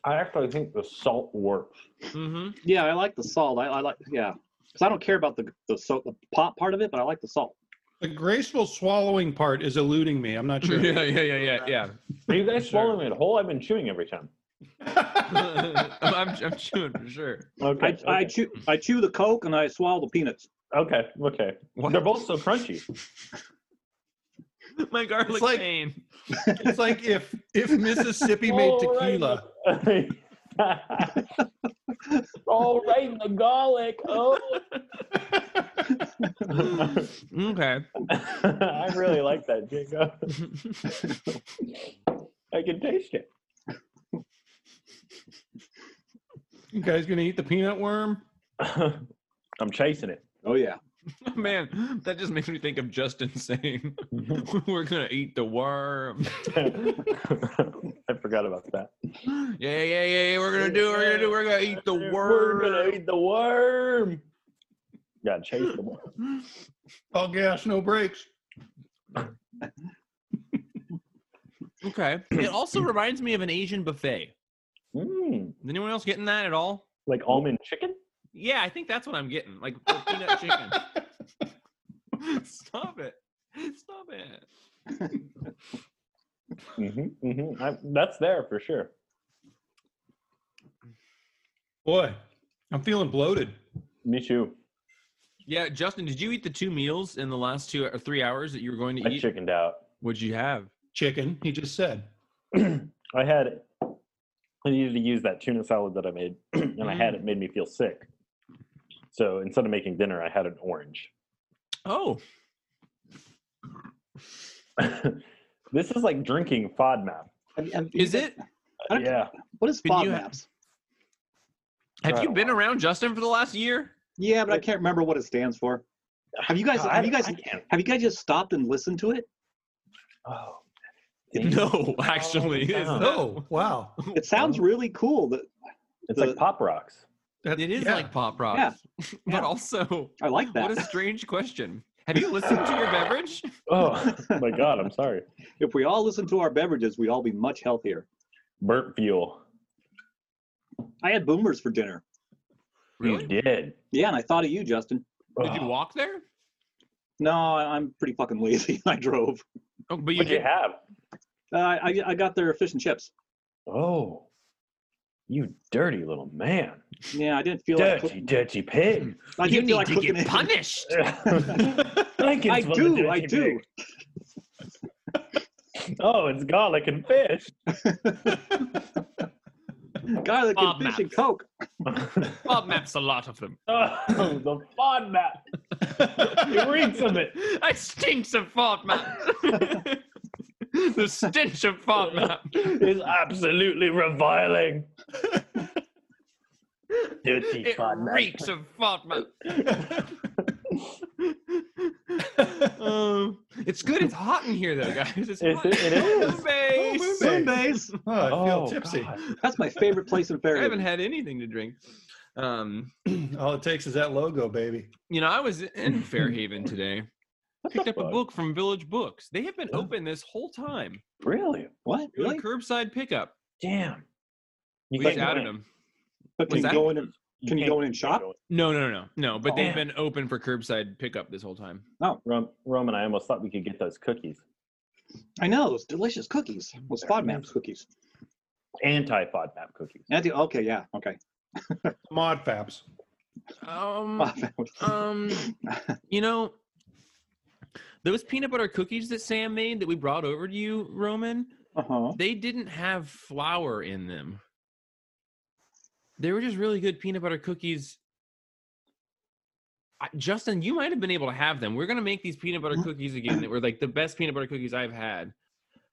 S4: I actually think the salt works.
S3: hmm
S2: Yeah, I like the salt. I, I like yeah, because I don't care about the the, so, the pot part of it, but I like the salt.
S1: The graceful swallowing part is eluding me. I'm not sure.
S3: yeah, yeah, yeah, yeah, yeah.
S4: Are you guys
S3: Sure.
S4: swallowing it whole? I've been chewing every time.
S3: I'm, I'm chewing for sure.
S4: Okay.
S2: I, I
S4: okay.
S2: chew I chew the Coke and I swallow the peanuts.
S4: okay. okay.
S3: What?
S4: They're both so crunchy.
S3: my garlic
S1: It's like-
S3: pain.
S1: it's like if if Mississippi made tequila.
S4: All right, the garlic. Oh,
S3: Okay.
S4: I really like that, Jingo. I can taste it.
S1: You guys gonna eat the peanut worm?
S4: I'm chasing it.
S2: Oh yeah,
S3: Man, that just makes me think of Justin saying, "We're gonna eat the worm."
S4: I forgot about that.
S3: Yeah, yeah, yeah, yeah. We're gonna do. We're gonna do. We're gonna eat the
S4: We're gonna
S3: worm.
S4: eat the worm. Gotta chase the worm.
S1: All gas, no brakes.
S3: Okay. It also reminds me of an Asian buffet.
S4: Mm,
S3: Is anyone else getting that at all?
S4: like almond chicken?
S3: Yeah, I think that's what I'm getting. Like the peanut chicken. Stop it! Stop it!
S4: Mm-hmm, mm-hmm. I, that's there for sure.
S1: Boy, I'm feeling bloated.
S4: Me too.
S3: Yeah, Justin, did you eat the two meals in the last two or three hours that you were going to
S4: I
S3: eat?
S4: chickened out.
S3: What'd you have?
S1: Chicken, he just said.
S4: I had I needed to use that tuna salad that I made, and I had it made me feel sick. So instead of making dinner, I had an orange.
S3: Oh,
S4: this is like drinking FODMAP.
S2: Have- have you
S3: is
S2: guys-
S3: it?
S2: I don't-
S4: Yeah,
S2: What is
S3: Can you ha-
S2: FODMAPs?
S3: Have
S4: I
S3: you
S4: don't
S3: been
S4: know.
S3: around Justin for the last year?
S2: Yeah, but I can't remember what it stands for. Have you guys?
S4: I-
S2: Have you guys?
S4: I can't-
S2: Have you guys just stopped and listened to it?
S4: oh,
S3: No, actually.
S4: no.
S3: Is that-
S1: Oh, wow.
S2: It sounds really cool. That
S4: it's
S2: the-
S4: like Pop Rocks.
S1: That-
S3: It is
S1: yeah.
S3: like pop rocks.
S2: yeah.
S3: But also,
S2: I like that.
S3: what a strange question. Have you listened to your beverage?
S4: Oh my God, I'm sorry.
S2: if we all listen to our beverages, we'd all be much healthier.
S4: Burnt fuel.
S2: I had boomers for dinner.
S4: You did.
S2: Yeah, and I thought of you, Justin.
S3: Did you
S4: Oh.
S3: walk there?
S2: No, I- I'm pretty fucking lazy. I drove.
S3: Oh, but you
S4: What'd you
S3: did.
S4: have?
S2: Uh, I I got their fish and chips.
S4: Oh, you dirty little man.
S2: Yeah, I didn't feel like
S4: Dirty, dirty pig.
S2: I didn't
S3: You
S2: feel
S3: need
S2: like
S3: to
S2: cooking
S3: get
S2: it.
S3: punished.
S4: Lincoln's
S2: I
S4: full of
S2: do. I
S4: dirty
S2: do.
S4: pig. Oh, it's garlic and fish.
S2: Garlic
S3: Bob
S2: and fish and
S3: Maps.
S2: coke.
S3: Bob maps a lot of them.
S4: Oh, the fond map. It reeks of it.
S3: I stinks of fart map. the stench of fart map.
S4: It's absolutely reviling. Dirty
S3: It
S4: fond map.
S3: reeks of fart map. Um, it's good. It's hot in here, though, guys. It's
S4: It-
S3: hot.
S4: it is.
S3: Moonbase.
S1: Oh, moonbase.
S2: Moonbase.
S1: Oh, I feel
S4: Oh,
S1: tipsy.
S4: God.
S2: That's my favorite place in
S3: I haven't
S2: Fairhaven.
S3: had anything to drink. Um,
S1: All it takes is that logo, baby.
S3: you know, I was in Fairhaven today. Picked up a
S4: fuck?
S3: book from Village Books. They have been open this whole time.
S4: Really?
S2: What?
S3: Doing
S2: Really?
S3: Curbside pickup.
S4: Damn.
S3: We
S4: You can't
S3: just
S4: go
S3: added
S4: in.
S3: them.
S2: But can
S3: What's
S2: you
S3: that?
S2: go in and Can you
S4: can't
S2: go in and shop?
S4: go in.
S3: No, no, no, no. But
S4: Oh.
S3: they've been open for curbside pickup this whole time.
S4: Rom, Roman, I almost thought we could get those cookies.
S2: I know those delicious cookies. Those FODMAPs cookies.
S4: Anti FODMAP cookies.
S2: And I think- Okay, yeah, okay.
S1: Mod Fabs.
S3: Um, um, you know, those peanut butter cookies that Sam made that we brought over to you, Roman,
S2: Uh-huh.
S3: they didn't have flour in them. They were just really good peanut butter cookies. I, Justin, you might have been able to have them. We're gonna make these peanut
S2: Mm-hmm.
S3: butter cookies again. That were like the best peanut butter cookies I've had.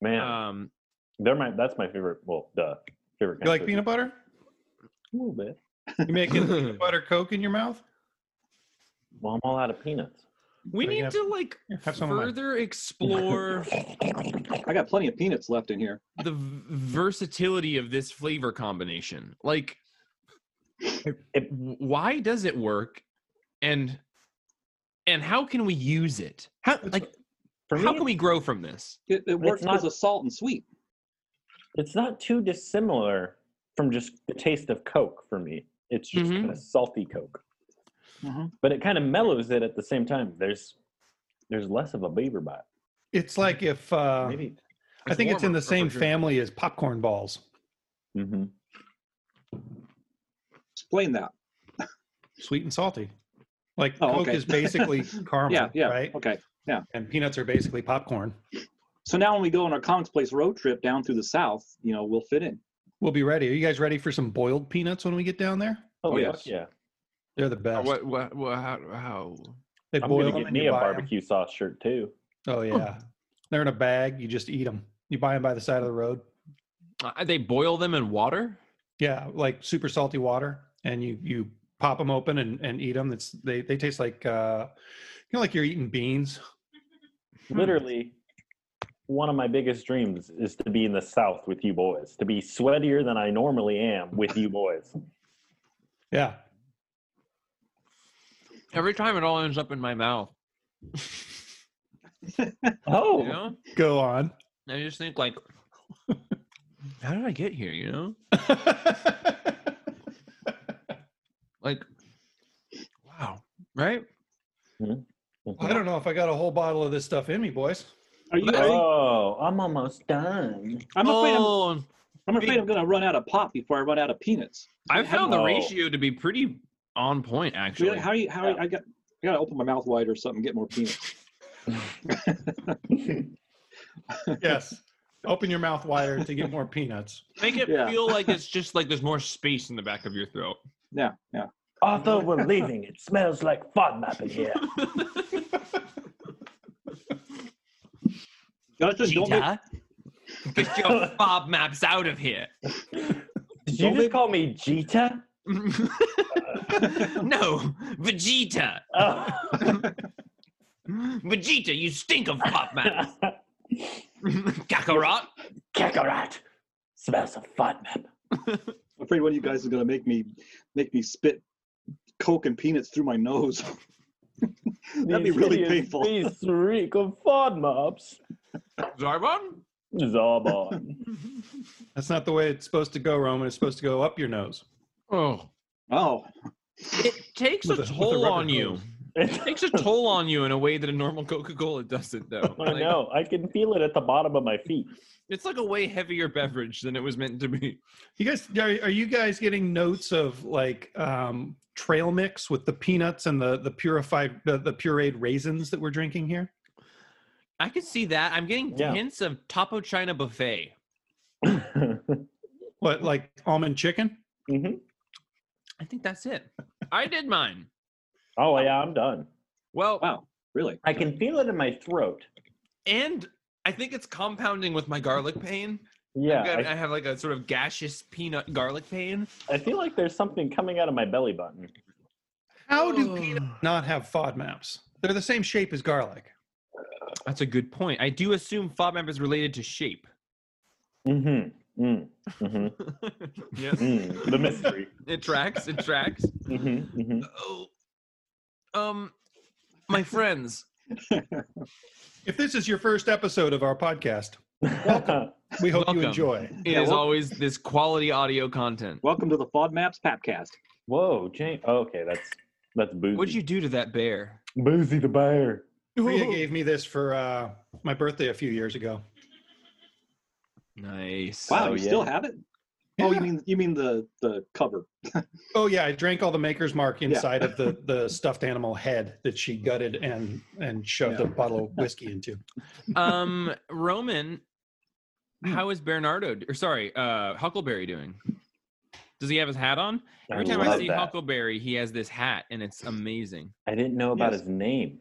S4: Man,
S3: Um,
S4: they're my, that's my favorite. Well, duh. Favorite.
S1: You like peanut butter?
S4: A little bit.
S1: You making peanut butter coke in your mouth?
S4: Well, I'm all out of peanuts.
S3: we
S1: So you
S3: need
S1: have-
S3: to like
S1: Have some of mine.
S3: further explore
S2: I got plenty of peanuts left in here.
S3: the v- versatility of this flavor combination. Like,
S4: it-
S3: w- why does it work, and and how can we use it? How like
S4: For
S3: how
S4: me,
S3: can we grow from this?
S2: It, it works
S4: not-
S2: because of salt and sweet.
S4: it's not too dissimilar from just the taste of Coke for me. It's just
S1: Mm-hmm.
S3: Mhm.
S4: kind of salty Coke,
S2: Mhm.
S4: but it kind of mellows it at the same time. There's there's less of a beaver bite.
S1: It's like if uh,
S4: Maybe.
S1: I think it's in
S3: warmer
S1: the
S3: for
S1: same
S3: sure.
S1: family as popcorn balls.
S4: hmm
S2: Explain that.
S1: Sweet and salty. Like
S2: Oh,
S1: Coke
S2: okay.
S1: is basically caramel,
S2: Yeah, yeah.
S1: right?
S2: Okay.
S1: And peanuts are basically popcorn.
S2: So now when we go on our comics place road trip down through the south, you know, we'll fit in.
S1: We'll be ready. Are you guys ready for some boiled peanuts when we get down there?
S4: Oh,
S2: Oh,
S4: yeah,
S2: yes.
S4: yeah.
S1: They're the best.
S3: What what, what how, how?
S1: They
S4: I'm
S1: boil
S4: gonna
S1: them
S4: get
S1: and
S4: me
S1: you
S4: a
S1: buy 'em.
S4: barbecue sauce shirt too.
S1: Oh yeah, they're in a bag. You just eat them. You buy them by the side of the road.
S3: Uh, they boil them in water.
S1: Yeah, like super salty water, and you you pop them open and, and eat them. It's they they taste like uh, you know, like you're eating beans.
S3: Hmm.
S4: Literally, one of my biggest dreams is to be in the South with you boys. To be sweatier than I normally am with you boys.
S1: Yeah,
S3: Every time it all ends up in my mouth.
S4: Oh,
S3: You know,
S1: go on.
S3: I just think like, how did I get here? You know, like, wow, right?
S1: I don't know if I got a whole bottle of this stuff in me, boys.
S2: Are you?
S4: oh, I'm almost done.
S2: I'm afraid I'm,
S3: oh,
S2: I'm afraid I'm going to run out of pop before I run out of peanuts.
S3: I found the
S4: Oh.
S3: ratio to be pretty on point, actually.
S2: Really? How you? How I got? I got to open my mouth wide or something. Get more peanuts.
S1: yes. Open your mouth wider to get more peanuts.
S3: Make it
S2: Yeah.
S3: feel like it's just like there's more space in the back of your throat.
S2: Yeah, yeah.
S4: Arthur, we're leaving. It smells like FODMAP in here.
S2: Justin, don't make,
S3: get your fob maps out of here.
S4: Did you just call me Jita?
S3: no, Vegeta.
S4: Oh.
S3: Vegeta, you stink of fob maps. Kakarot.
S4: Kakarot smells of FODMAP.
S2: I'm afraid one of you guys is going to make me make me spit Coke and peanuts through my nose. That'd be really painful.
S4: These reek of FODMAPs.
S3: Zarbon?
S4: Zarbon.
S1: That's not the way it's supposed to go, Roman. It's supposed to go up your nose.
S3: Oh.
S2: Oh,
S3: It takes
S1: With
S3: a
S1: a- with a
S3: toll
S1: rubber
S3: on you.
S1: hose.
S4: It's-
S3: It takes a toll on you in a way that a normal Coca-Cola doesn't though.
S4: I
S3: Like,
S4: know. I can feel it at the bottom of my feet.
S3: It's like a way heavier beverage than it was meant to be.
S1: You guys, are, are you guys getting notes of like um, trail mix with the peanuts and the the purified the, the pureed raisins that we're drinking here?
S3: I could see that. I'm getting
S4: Yeah.
S3: hints of Topo China buffet.
S4: Mm-hmm.
S1: What like almond chicken?
S4: Mhm.
S3: I think that's it. I did mine.
S4: Oh, yeah, I'm done.
S3: Well,
S2: wow, really?
S4: I can feel it in my throat.
S3: and I think it's compounding with my garlic pain.
S4: Yeah,
S3: I've got-
S4: I,
S3: I have like a sort of gaseous peanut garlic pain.
S4: I feel like there's something coming out of my belly button.
S1: How do
S3: Oh.
S1: peanuts not have FODMAPs? They're the same shape as garlic.
S3: That's a good point. I do assume FODMAP is related to shape.
S4: Mm-hmm. Mm. hmm
S3: yes,
S4: Mm. The mystery.
S3: it tracks. It tracks.
S4: Mm-hmm. hmm
S3: Oh, um, my friends.
S1: If this is your first episode of our podcast, we hope
S3: Welcome.
S1: you enjoy.
S3: It is
S2: Yeah, well-
S3: always this quality audio content.
S2: Welcome to the FODMAPs Papcast.
S4: Whoa, Jane. Oh, okay, that's that's boozy.
S3: What'd you do to that bear?
S4: Boozy the bear.
S1: Rhea gave me this for uh, my birthday a few years ago.
S3: Nice.
S2: Wow,
S4: Oh,
S2: you
S4: yeah.
S2: still have it? Oh,
S1: Yeah.
S2: you mean you mean the the cover?
S1: Oh yeah, I drank all the Maker's Mark
S2: Yeah.
S1: inside of the the stuffed animal head that she gutted and and shoved a bottle of whiskey into.
S3: Um, Roman,
S2: Hmm.
S3: how is Bernardo? Or sorry, uh, Huckleberry doing? Does he have his hat on?
S4: I
S3: Every time I
S4: love
S3: see
S4: that.
S3: Huckleberry, he has this hat, and it's amazing.
S4: I didn't know about
S2: Yes.
S4: his name.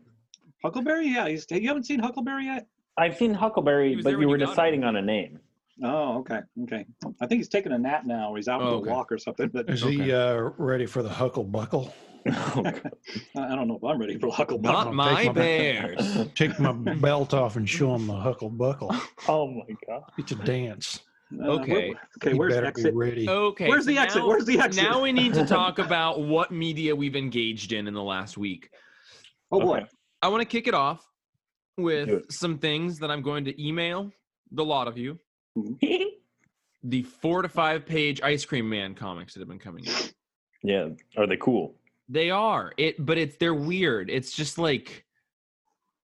S2: Huckleberry? Yeah, he's, you haven't seen Huckleberry yet?
S4: I've seen Huckleberry,
S3: He was
S4: but
S3: there
S4: you
S3: when
S4: were
S3: you got him.
S4: deciding on a name.
S2: Oh, okay, okay. I think he's taking a nap now. He's out
S3: Oh,
S2: for
S3: okay.
S2: a walk or something. But
S1: Is he uh, ready for the huckle buckle?
S4: Oh,
S2: I I don't know if I'm ready for Huckleberry.
S3: Not
S1: take
S3: my
S1: my-
S3: bears.
S1: Take my belt off and show him the huckle buckle.
S4: oh my god.
S1: It's a dance.
S2: Uh, where-
S3: okay.
S2: okay.
S1: You
S2: Where's
S1: better
S2: exit?
S1: be ready.
S3: Okay.
S2: Where's the
S3: so
S2: exit?
S3: now-
S2: Where's the exit?
S3: Now we need to talk about what media we've engaged in in the last week.
S2: Oh boy.
S4: Okay.
S3: I want to kick it off with
S4: Do it.
S3: some things that I'm going to email the lot of you. The four to five page Ice Cream Man comics that have been coming out.
S4: yeah. Are they cool?
S3: They are it, but it's they're weird. It's just like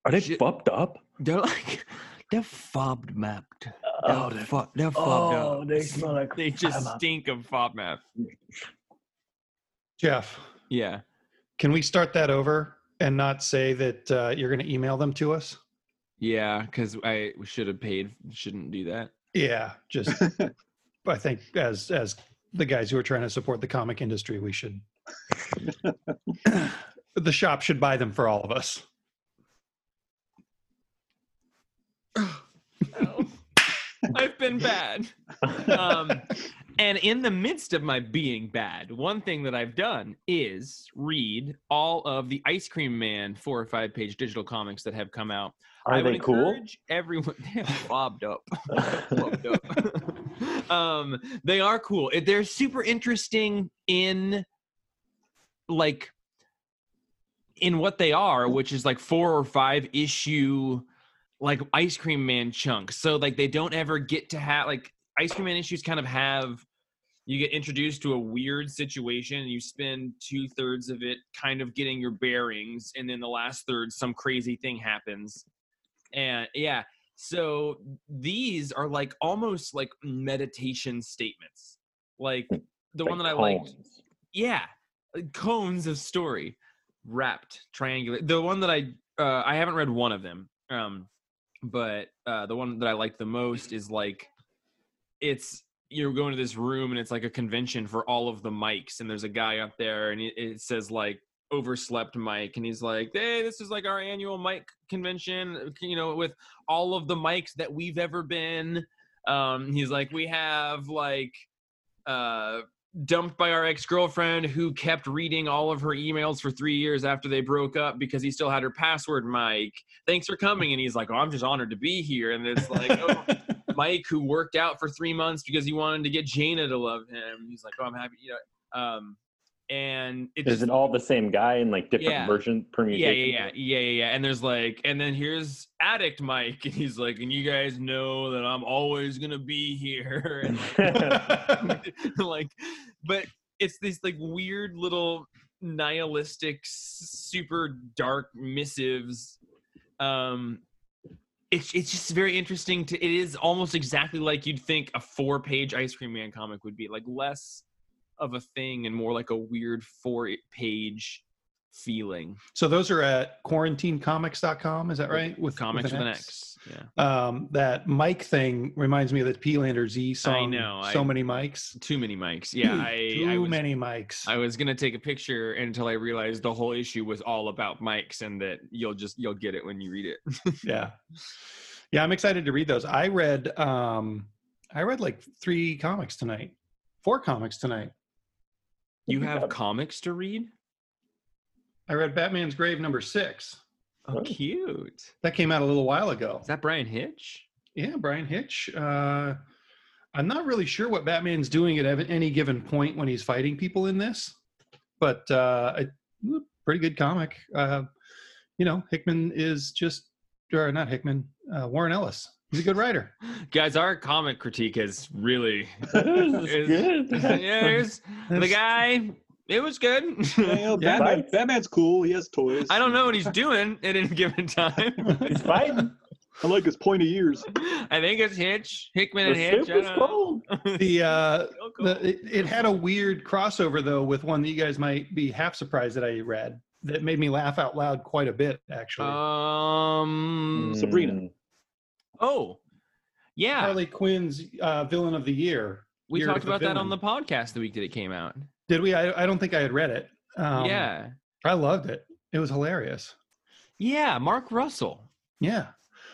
S4: Are they
S3: Shit.
S4: fucked up?
S3: they're like they're fobbed mapped. They're
S4: Oh,
S3: fu- they're fobbed
S4: oh
S3: up.
S4: they smell like
S3: They just
S4: FODMAP.
S3: stink of fob map.
S1: Jeff,
S3: Yeah.
S1: can we start that over and not say that uh, you're going to email them to us?
S3: Yeah, because I should have paid. Shouldn't do that.
S1: Yeah, just I think as as the guys who are trying to support the comic industry, we should the shop should buy them for all of us.
S3: I've been bad. Um, and in the midst of my being bad, one thing that I've done is read all of the Ice Cream Man four or five page digital comics that have come out.
S4: Are
S3: I would
S4: they cool?
S3: encourage everyone. They're bobbed up. Bobbed up. um, they are cool. It- They're super interesting in like in what they are, which is like four or five issue like ice cream man chunks. So like they don't ever get to have like ice cream man issues kind of have you get introduced to a weird situation and you spend two thirds of it kind of getting your bearings and then the last third some crazy thing happens. And yeah. So these are like almost like meditation statements. Like the one that I liked,
S4: Cones.
S3: yeah, uh, cones of story, wrapped, triangular. The one that I uh, I haven't read one of them, um, but uh, the one that I liked the most is like it's you're going to this room and it's like a convention for all of the mics and there's a guy up there and it, it says like overslept mic and he's like hey this is like our annual mic convention uh, you know with all of the mics that we've ever been um he's like we have like uh dumped by our ex-girlfriend who kept reading all of her emails for three years after they broke up because he still had her password mike thanks for coming and he's like oh, i'm just honored to be here and it's like oh, Mike who worked out for three months because he wanted to get Jaina to love him. He's like, oh, I'm happy, you know. Um, and it
S4: Is
S3: just-
S4: it all the same guy in like different
S3: Yeah.
S4: version
S3: yeah, yeah,
S4: permutations?
S3: yeah, yeah, yeah, yeah. And there's like, and then here's addict Mike, and he's like, and you guys know that I'm always gonna be here, and like, like but it's this like weird little nihilistic s- super dark missives um it's it's just very interesting to it is almost exactly like you'd think a four page ice cream man comic would be like less of a thing and more like a weird four page feeling
S1: So those are at quarantinecomics.com. Is that right?
S3: with comics with an X. yeah
S1: Um, that Mike thing reminds me of that P-Lander Z E song.
S3: know,
S1: So
S3: I-
S1: many mics.
S3: too many mics yeah i
S1: Too
S3: I was,
S1: many mics.
S3: I was gonna take a picture until I realized the whole issue was all about mics, and that you'll just you'll get it when you read it.
S1: yeah. Yeah, I'm excited to read those. I read um I read like three comics tonight. Four comics tonight.
S3: You
S4: You
S3: have
S4: have-
S3: comics to read?
S1: I read Batman's Grave number six.
S3: Oh,
S4: Oh.
S3: cute.
S1: That came out a little while ago.
S3: Is that Brian Hitch?
S1: Yeah, Brian Hitch. Uh I'm not really sure what Batman's doing at ev- any given point when he's fighting people in this, but uh a pretty good comic. Uh you know, Hickman is just or not Hickman, uh Warren Ellis. He's a good writer.
S3: Guys, our comic critique is really
S4: This is
S3: Is- yeah,
S4: good.
S3: there's the
S1: That's-
S3: guy. It was good.
S2: Yeah, you know,
S1: Yeah.
S2: Batman,
S4: Right.
S2: Batman's cool. He has toys.
S3: I don't know what he's doing at any given time.
S4: He's fighting.
S2: I like his pointy ears.
S3: I think it's Hitch, Hickman,
S4: The
S3: and Hitch.
S4: soup is
S3: I don't know.
S4: cold.
S1: The uh
S3: Real cool.
S1: The, it, it had a weird crossover though with one that you guys might be half surprised that I read that made me laugh out loud quite a bit actually.
S3: um.
S2: Sabrina.
S4: Mm.
S3: Oh, yeah.
S1: Harley Quinn's uh, villain of the year.
S3: We
S1: Year of
S3: talked
S1: the
S3: about that on the
S1: Villain.
S3: podcast the week that it came out.
S1: Did we? I, I don't think I had read it. Um,
S3: yeah.
S1: I loved it. It was hilarious.
S3: Yeah, Mark Russell.
S1: Yeah,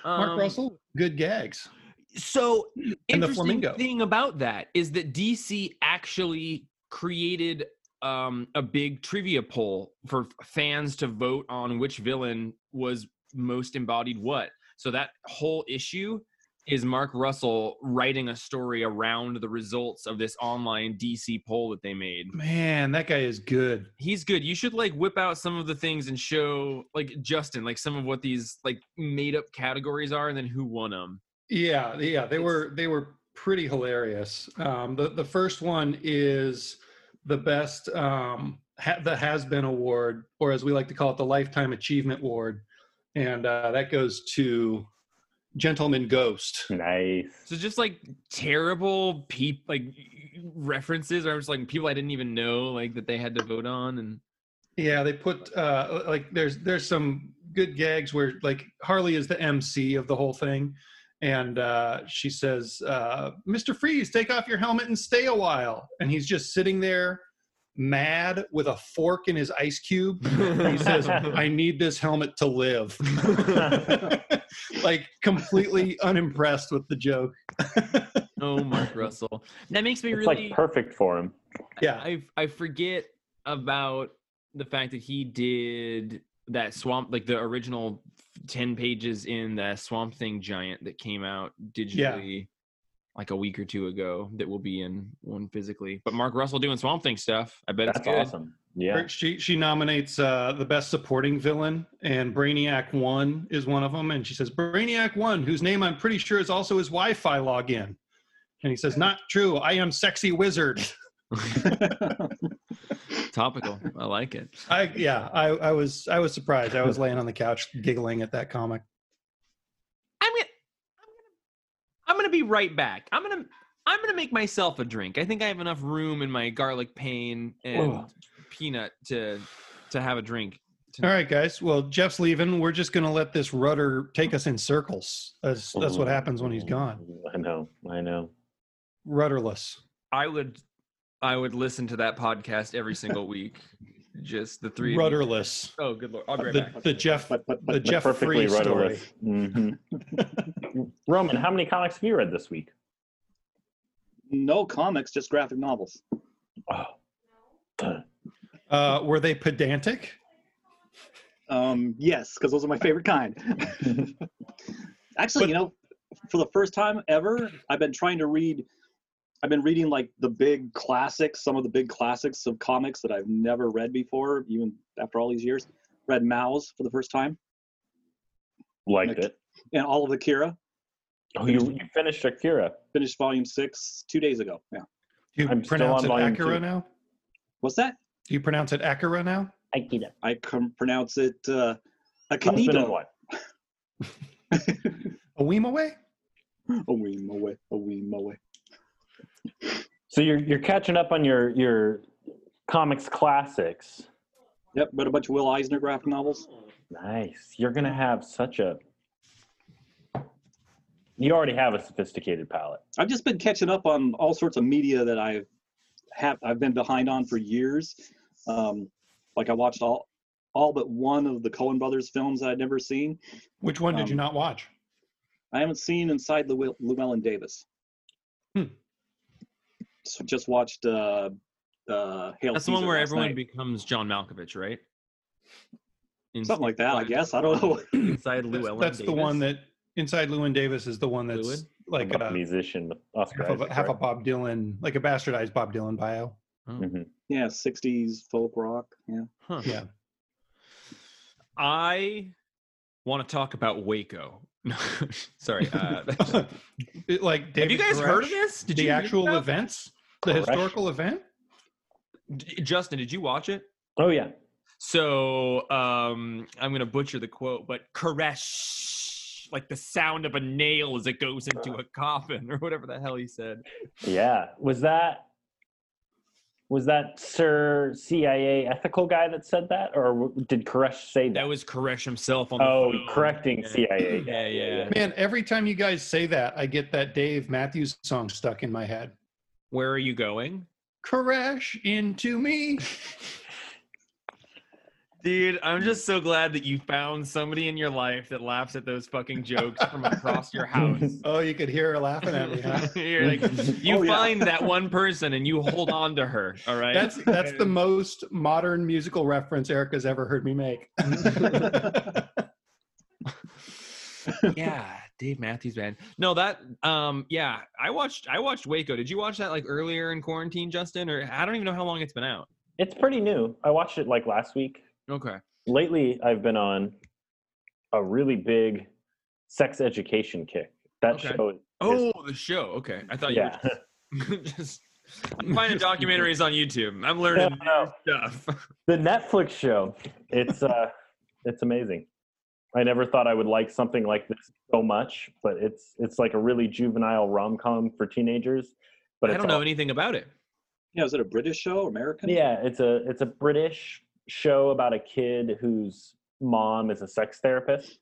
S1: Mark
S3: Um,
S1: Russell, good gags.
S3: So
S1: And the
S3: interesting
S1: flamingo.
S3: thing about that is that DC actually created um, a big trivia poll for f- fans to vote on which villain was most embodied what. So that whole issue is Mark Russell writing a story around the results of this online DC poll that they made.
S1: Man, that guy is good.
S3: He's good. You should like whip out some of the things and show like Justin like some of what these like made up categories are and then who won them.
S1: Yeah, yeah, they
S3: It's-
S1: were they were pretty hilarious. Um, the the first one is the best um, ha- the has been award, or as we like to call it, the lifetime achievement award, and uh, that goes to Gentleman Ghost.
S4: Nice.
S3: So just like terrible peep like references, or I'm just like people I didn't even know like that they had to vote on, and
S1: Yeah, they put uh, like there's there's some good gags where like Harley is the MC of the whole thing, and uh, she says, uh, "Mr. Freeze, take off your helmet and stay a while," and he's just sitting there, mad with a fork in his ice cube. he says, "I need this helmet to live." like completely unimpressed with the joke.
S3: "Oh, Mark Russell." That makes me
S4: It's
S3: really.
S4: like perfect for him.
S1: Yeah,
S3: I I forget about the fact that he did that swamp like the original ten pages in the Swamp Thing giant that came out digitally. Like a week or two ago, that will be in one physically. But Mark Russell doing Swamp Thing stuff. I bet
S4: That's
S3: it's good.
S4: awesome. Yeah.
S1: She she nominates uh, the best supporting villain, and Brainiac One is one of them. And she says Brainiac One, whose name I'm pretty sure is also his Wi-Fi login. And he says, "Not true. I am sexy wizard."
S3: Topical. I like it.
S1: I yeah, I, I was I was surprised. I was laying on the couch giggling at that comic.
S3: I'm gonna be right back. I'm gonna I'm gonna make myself a drink. I think I have enough room in my garlic pain and
S1: Whoa.
S3: peanut to to have a drink.
S1: All right, guys. Well, Jeff's leaving. We're just going to let this rudder take us in circles. That's, that's what happens when he's gone.
S4: Mm-hmm. I know. I know.
S1: Rudderless.
S3: I would I would listen to that podcast every single week. Just the three of you.
S1: Rudderless.
S3: Oh, good lord! I'll be right
S1: The,
S3: back.
S1: the Jeff.
S2: But but
S1: The
S2: but
S1: Jeff Free
S4: Perfectly
S1: story.
S4: rudderless. Mhm. Roman, how many comics have you read this week?
S2: no comics, just graphic novels.
S4: Oh.
S1: Uh, were they pedantic?
S2: Um, yes, because those are my favorite kind. Actually, you know, for the first time ever, I've been trying to read. I've been reading like the big classics, some of the big classics of comics that I've never read before, even after all these years. Read Mao's for the first time,
S4: Liked it.
S2: and all of Akira.
S4: Oh, you, you finished Akira.
S2: Finished volume six two days ago. Yeah,
S1: Do you
S4: I'm still
S1: pronounce
S4: on
S1: it
S4: volume
S1: Acura
S4: two.
S1: now?
S2: what's that?
S1: Do you pronounce it Acura now?
S4: Akira.
S2: I can pronounce it uh, a
S4: Husband and
S2: Kanido.
S4: wife.
S1: A Weem away?
S2: A weem away, a weem away.
S4: So you're you're catching up on your your comics classics.
S2: Yep, read a bunch of Will Eisner graphic novels.
S4: Nice. You're gonna have such a. You already have a sophisticated palate.
S2: I've just been catching up on all sorts of media that I have I've been behind on for years. Um, like I watched all all but one of the Coen Brothers films that I'd never seen.
S1: Which one did you
S2: Um,
S1: not watch?
S2: I haven't seen Inside Llew- Llewellyn Davis.
S1: Hmm.
S2: So just watched uh, uh, Hail
S3: That's the one
S2: Caesar
S3: where
S2: last
S3: everyone
S2: night.
S3: becomes John Malkovich, right? In-
S2: something like that. I
S3: inside-
S2: guess I don't know.
S3: Inside
S1: That's,
S3: Llewellyn.
S1: that's the
S3: Davis.
S1: one that Inside Lewin Davis is the one that's
S3: Llewyn?
S1: like
S4: About
S1: a,
S4: a musician with Oscar
S1: half, of,
S4: Isaac,
S1: half a
S4: right?
S1: Bob Dylan, like a bastardized Bob Dylan bio.
S4: Mhm.
S2: yeah, '60s folk rock. Yeah.
S3: Huh.
S1: Yeah.
S3: I want to talk about Waco. No, Sorry. Uh,
S1: It, like
S3: have you
S1: David
S3: guys heard
S1: Koresh,
S3: of this? Did
S1: the
S3: you read
S1: actual
S3: about-
S1: events, the
S4: Koresh.
S1: historical event.
S3: D- Justin, did you watch it?
S4: Oh yeah.
S3: So um, I'm going to butcher the quote, but Koresh, like the sound of a nail as it goes
S4: Uh.
S3: into a coffin or whatever the hell he said.
S4: Yeah. Was that was that Sir CIA ethical guy that said that, or w- did Koresh say that?
S3: That was Koresh himself on the
S4: oh,
S3: phone.
S4: correcting
S3: Yeah.
S4: CIA.
S3: Yeah, yeah.
S1: Man, every time you guys say that, I get that Dave Matthews song stuck in my head.
S3: Where are you going?
S1: Crash into me.
S3: Dude, I'm just so glad that you found somebody in your life that laughs at those fucking jokes from across your house.
S1: Oh, you could hear her laughing at me. Huh?
S3: You're like, you
S2: Oh, yeah.
S3: find that one person and you hold on to her. All right.
S1: That's that's the most modern musical reference Erica's ever heard me make.
S3: yeah, Dave Matthews Band. No, that um, yeah, I watched I watched Waco. Did you watch that like earlier in quarantine, Justin? Or I don't even know how long it's been out.
S4: It's pretty new. I watched it like last week.
S3: Okay.
S4: Lately, I've been on a really big sex education kick. That
S3: Okay.
S4: show. is-
S3: Oh, the show. Okay, I thought
S4: yeah.
S3: you were just, just I'm finding documentaries on YouTube. I'm learning
S4: No,
S3: new stuff.
S4: the Netflix show. It's uh, it's amazing. I never thought I would like something like this so much, but it's it's like a really juvenile rom com for teenagers. But
S3: I
S4: it's
S3: don't know
S4: all-
S3: anything about it.
S2: Yeah. Is it a British show? or American?
S4: Yeah, it's a it's a British show about a kid whose mom is a sex therapist.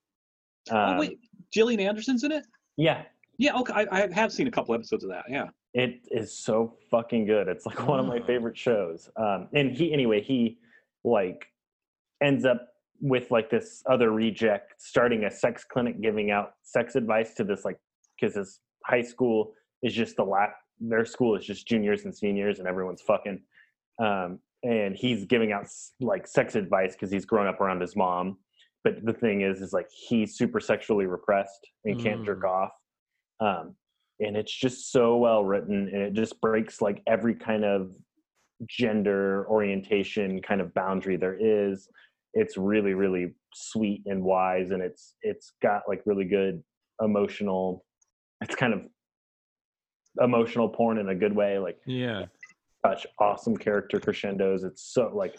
S2: Oh
S4: Um,
S2: wait, Gillian Anderson's in it.
S4: Yeah,
S2: Yeah. Okay. I, I have seen a couple episodes of that. Yeah.
S4: it is so fucking good. It's like one of my
S3: Oh.
S4: favorite shows. Um, and he anyway he like ends up with like this other reject starting a sex clinic giving out sex advice to this like because his high school is just the last their school is just juniors and seniors and everyone's fucking um, and he's giving out s- like sex advice because he's grown up around his mom but the thing is is like he's super sexually repressed and can't jerk
S3: Mm.
S4: off um, and it's just so well written and it just breaks like every kind of gender orientation kind of boundary there is it's really really sweet and wise and it's it's got like really good emotional it's kind of emotional porn in a good way like
S3: Yeah.
S4: such awesome character crescendos it's so like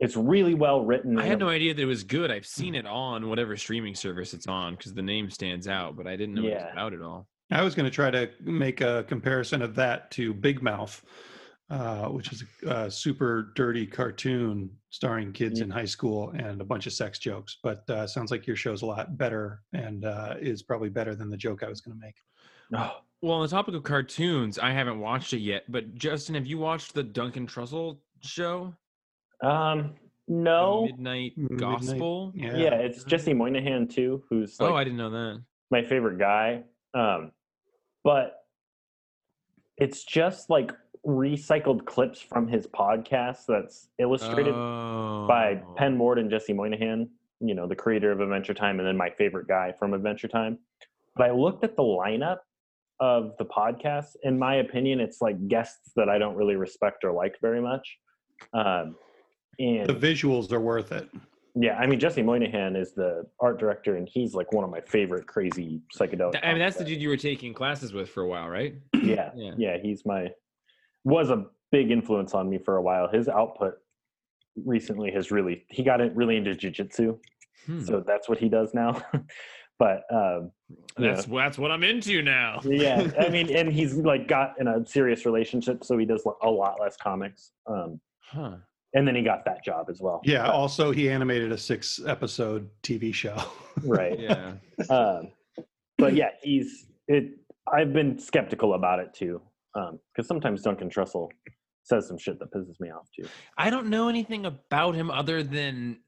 S4: it's really well written
S3: I
S4: and
S3: had no idea that it was good. I've seen it on whatever streaming service it's on because the name stands out, but I didn't know it was
S4: Yeah.
S3: about at all.
S1: I was going to try to make a comparison of that to Big Mouth, uh, which is a, a super dirty cartoon starring kids in high school and a bunch of sex jokes. But uh, sounds like your show's a lot better and uh, is probably better than the joke I was going to make.
S3: Well, on the topic of cartoons, I haven't watched it yet. But Justin, have you watched the Duncan Trussell show?
S4: Um,
S3: The
S4: no.
S3: Midnight
S1: Mm, Midnight-
S3: Gospel.
S4: Yeah. it's Jesse Moynihan too, who's like
S3: Oh, I didn't know that.
S4: my favorite guy. Um, but it's just like recycled clips from his podcast that's illustrated
S3: Oh.
S4: by Penn Ward and Jesse Moynihan, you know, the creator of Adventure Time and then my favorite guy from Adventure Time. But I looked at the lineup of the podcast. In my opinion, it's like guests that I don't really respect or like very much. Um, and
S1: The visuals are worth it.
S4: yeah, I mean Jesse Moynihan is the art director, and he's like one of my favorite crazy psychedelic.
S3: Th- I mean, that's the
S4: guys.
S3: dude you were taking classes with for a while, right?
S4: yeah,
S3: Yeah.
S4: yeah. He's my was a big influence on me for a while. His output recently has really he got it really into jujitsu,
S3: Hmm.
S4: so that's what he does now. but um,
S3: That's that's what I'm into now.
S4: yeah, I mean, and he's like got in a serious relationship, so he does a lot less comics. Um,
S3: Huh.
S4: and then he got that job as well.
S1: Yeah. Also, he animated a six episode TV show.
S4: right.
S3: Yeah.
S4: um, but yeah, he's it. I've been skeptical about it too, because sometimes Duncan Trussell says some shit that pisses me off too.
S3: I don't know anything about him other than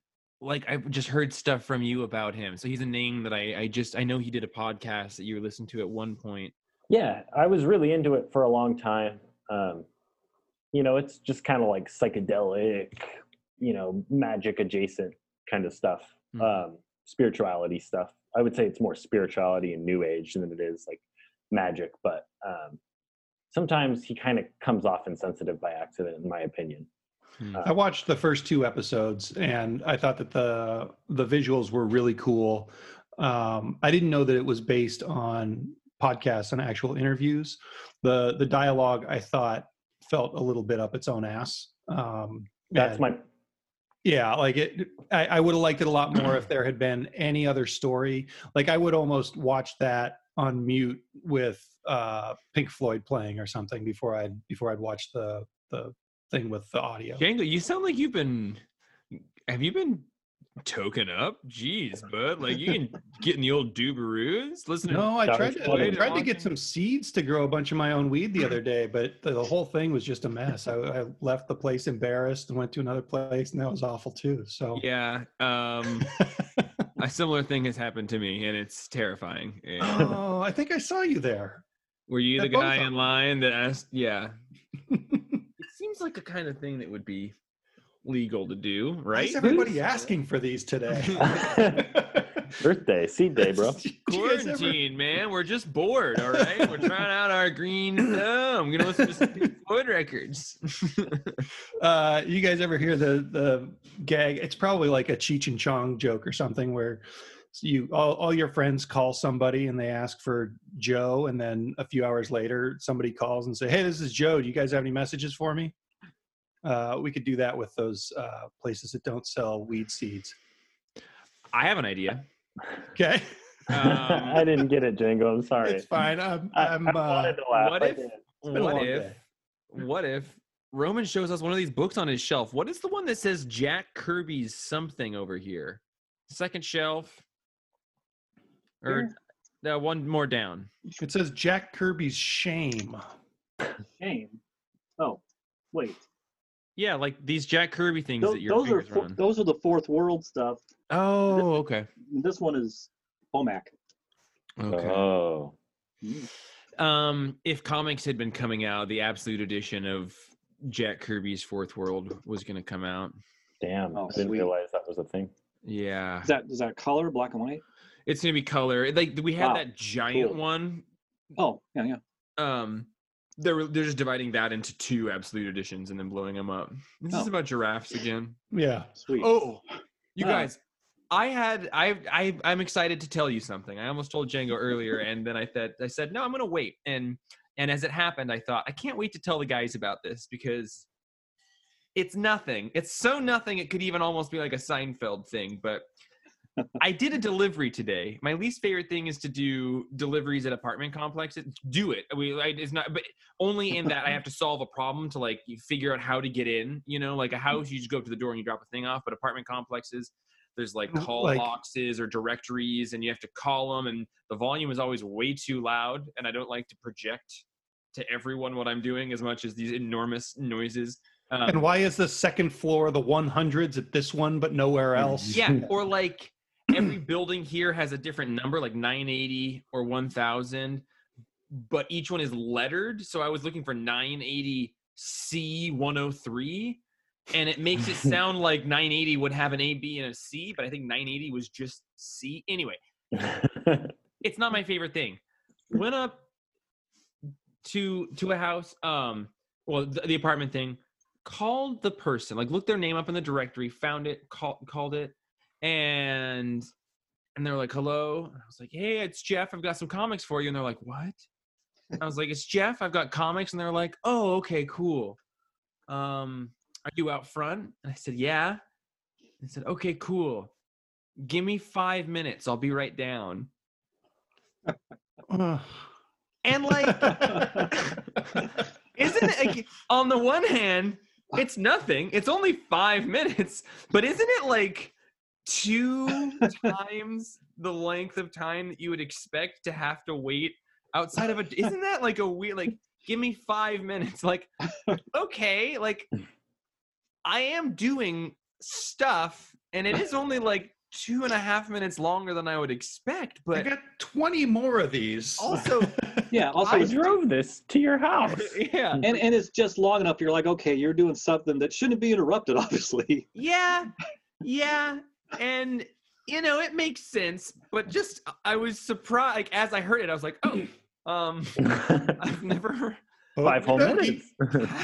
S3: like I just heard stuff from you about him. So he's a name that I, I just I know he did a podcast that you were listening to at one point.
S4: Yeah, I was really into it for a long time. Um, you know, it's just kind of like psychedelic, you know, magic adjacent kind of stuff,
S3: Hmm.
S4: um, spirituality stuff. I would say it's more spirituality and new age than it is like magic, but um, sometimes he kind of comes off insensitive by accident, in my opinion.
S3: Hmm.
S1: I watched the first two episodes and I thought that the the visuals were really cool. Um, I didn't know that it was based on podcasts and actual interviews. The the dialogue I thought felt a little bit up its own ass. Um,
S4: That's
S1: and-
S4: my
S1: yeah like it i, I would have liked it a lot more if there had been any other story like i would almost watch that on mute with uh pink floyd playing or something before i'd before i'd watch the the thing with the audio
S3: Django, you sound like you've been have you been token up? Jeez, bud. Like you can get in the old doobaroos, listen to
S1: no i
S4: That
S1: tried
S4: was
S1: to
S4: funny.
S1: I tried to get some seeds to grow a bunch of my own weed the other day but the, the whole thing was just a mess I, I left the place embarrassed and went to another place and that was awful too so
S3: Yeah. Um a similar thing has happened to me and it's terrifying. And
S1: oh i think i saw you there
S3: were you the
S1: They're both
S3: guy
S1: up.
S3: in line that asked yeah. it seems like a kind of thing that would be legal to do,
S1: Why
S3: right?
S1: is everybody asking for these today
S4: birthday, seed day, bro.
S1: Do you guys ever-
S3: Quarantine, man. We're just bored, all right? We're trying out our green thumb. We're gonna listen to some Pink Floyd records.
S1: uh, you guys ever hear the the gag? It's probably like a Cheech and Chong joke or something where you all, all your friends call somebody and they ask for Joe, and then a few hours later somebody calls and say, "Hey, this is Joe. Do you guys have any messages for me?" Uh, we could do that with those uh, places that don't sell weed seeds.
S3: I have an idea.
S1: Okay,
S4: I didn't get it, Django. I'm sorry.
S1: it's fine. I'm,
S4: I,
S1: I'm
S4: I
S1: uh,
S4: wanted to laugh.
S3: what
S4: I
S3: if-
S4: didn't.
S1: been a
S3: What
S1: long
S3: if?
S1: day.
S3: What if Roman shows us one of these books on his shelf? What is the one that says Jack Kirby's something over here? Second shelf, or uh, one more down.
S1: it says Jack Kirby's shame.
S2: Shame. Oh, wait.
S3: Yeah, like these Jack Kirby things
S2: Tho-
S3: that your
S2: those are
S3: fingers are
S2: fo-
S3: on.
S2: those are the fourth world stuff.
S3: Oh, okay,
S2: This one is OMAC.
S3: okay.
S4: Oh.
S3: um if comics had been coming out the absolute edition of jack kirby's fourth world was going to come out
S4: Damn.
S2: Oh,
S4: I didn't
S2: sweet.
S4: realize that was a thing.
S3: yeah
S2: Is that is that color, black and white?
S3: it's going to be color like we had
S2: Wow,
S3: that giant
S2: cool.
S3: one
S2: Oh, yeah, yeah.
S3: um they're they're just dividing that into two absolute editions and then blowing them up this is
S2: Oh.
S3: about giraffes again
S1: Yeah.
S2: Sweet.
S3: oh you
S2: Wow.
S3: guys i had I, I i'm excited to tell you something i almost told django earlier and then i said i said no i'm gonna wait and and as it happened i thought i can't wait to tell the guys about this because it's nothing it's so nothing it could even almost be like a seinfeld thing but I did a delivery today. My least favorite thing is to do deliveries at apartment complexes. Do it. We I, it's not, but only in that I have to solve a problem to like you figure out how to get in. You know,
S1: Mm-hmm.
S3: like a house, you just go up to the door and you drop a thing off. But apartment complexes, there's like
S1: Mm,
S3: call
S1: like-
S3: boxes or directories, and you have to call them, and the volume is always way too loud, and I don't like to project to everyone what I'm doing as much as these enormous noises. Um,
S1: And why is the second floor the 100s at this one, but nowhere else?
S3: Yeah, or like every building here has a different number, like 980 or 1000, but each one is lettered. So I was looking for 980C103, and it makes it sound like 980 would have an A, B, and a C, but I think 980 was just C. Anyway, it's not my favorite thing. Went up to to a house, um, well, the, the apartment thing. Called the person, like looked their name up in the directory, found it, call, called it, and and they're like, "Hello," and I was like, "Hey, it's Jeff. I've got some comics for you." And they're like, "What?" I was like, "It's Jeff. I've got comics," and they're like, "Oh, okay, cool. Um, are you out front?" And I said, "Yeah." They said, "Okay, cool. Give me five minutes. I'll be right down."
S1: Ugh.
S3: And like, isn't it like on the one hand it's nothing it's only five minutes but isn't it like two times the length of time that you would expect to have to wait outside of a isn't that like a weird like give me five minutes like okay like i am doing stuff and it is only like two and a half minutes longer than i would expect
S1: I
S3: but
S1: got 20 more of these.
S3: also
S2: yeah. Also,
S4: I
S2: it's-
S4: drove this to your house.
S3: yeah
S2: and and it's just long enough. You're like, okay, you're doing something that shouldn't be interrupted. Obviously,
S3: yeah yeah and you know it makes sense but just i was surprised like as i heard it i was like oh um i've never
S4: Five whole minutes.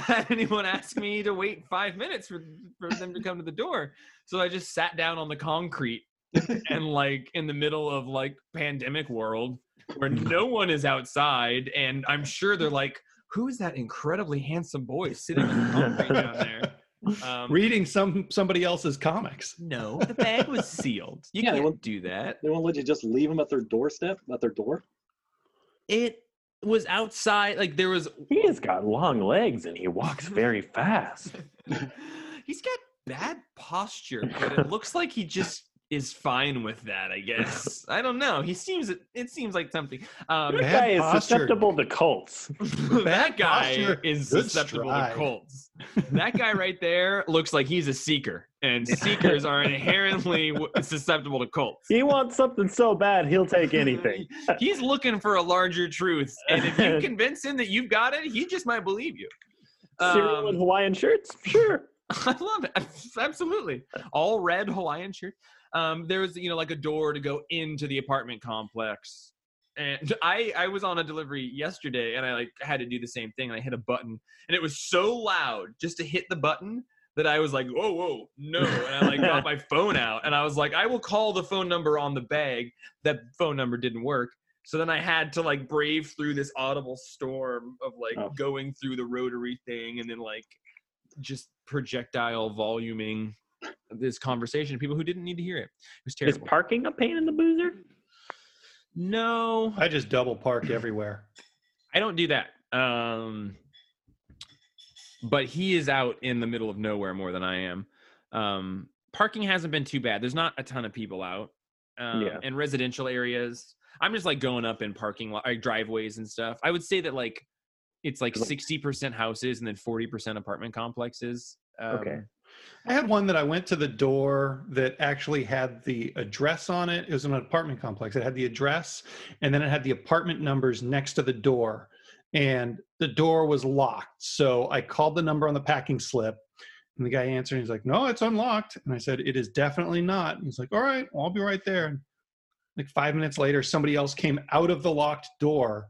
S3: had anyone ask me to wait five minutes for, for them to come to the door so i just sat down on the concrete and like in the middle of like pandemic world where no one is outside and i'm sure they're like who is that incredibly handsome boy sitting on the concrete down there um,
S1: Reading some somebody else's comics.
S3: no, the bag was sealed. You
S2: Yeah, they
S3: can't
S2: won't-
S3: do that.
S2: they won't let you just leave them at their doorstep, at their door.
S3: It was outside. Like there was.
S4: he has got long legs and he walks very fast.
S3: He's got bad posture, but it looks like he just is fine with that. I guess. I don't know. He seems. It seems like something. Um,
S4: This
S1: Bad
S4: guy is
S1: posture.
S4: susceptible to cults.
S3: that guy
S1: posture,
S3: is
S1: good
S3: susceptible
S1: stride.
S3: to cults. That guy right there looks like he's a seeker, and seekers are inherently w- susceptible to cults.
S4: He wants something so bad he'll take anything.
S3: He's looking for a larger truth, and if you convince him that you've got it, he just might believe you.
S4: Cereal and
S3: Um,
S4: Hawaiian shirts, sure.
S3: I love it. Absolutely, all red Hawaiian shirt. Um, there was, you know, like a door to go into the apartment complex, and I I was on a delivery yesterday, and I like had to do the same thing, and I hit a button, and it was so loud just to hit the button that I was like, whoa, whoa, no, and I like got my phone out, and I was like, I will call the phone number on the bag. That phone number didn't work. So then I had to like brave through this audible storm of like
S2: Oh.
S3: going through the rotary thing and then like just projectile voluming this conversation to people who didn't need to hear it. It was
S4: Is
S3: terrible.
S4: parking a pain in the boozer?
S3: no,
S1: I just double park everywhere.
S3: I don't do that. Um, but he is out in the middle of nowhere more than I am. Um, parking hasn't been too bad. There's not a ton of people out. Um,
S4: Yeah.
S3: And residential areas, I'm just like going up in parking lot, like driveways and stuff. I would say that like it's like 60% houses and then 40% apartment complexes. Um,
S4: Okay.
S1: I had one that I went to the door that actually had the address on it. It was an apartment complex. It had the address and then it had the apartment numbers next to the door. And the door was locked. So I called the number on the packing slip and the guy answered. He's like, No, it's unlocked. And I said, It is definitely not. And he's like, All right, well, I'll be right there. And like five minutes later, somebody else came out of the locked door.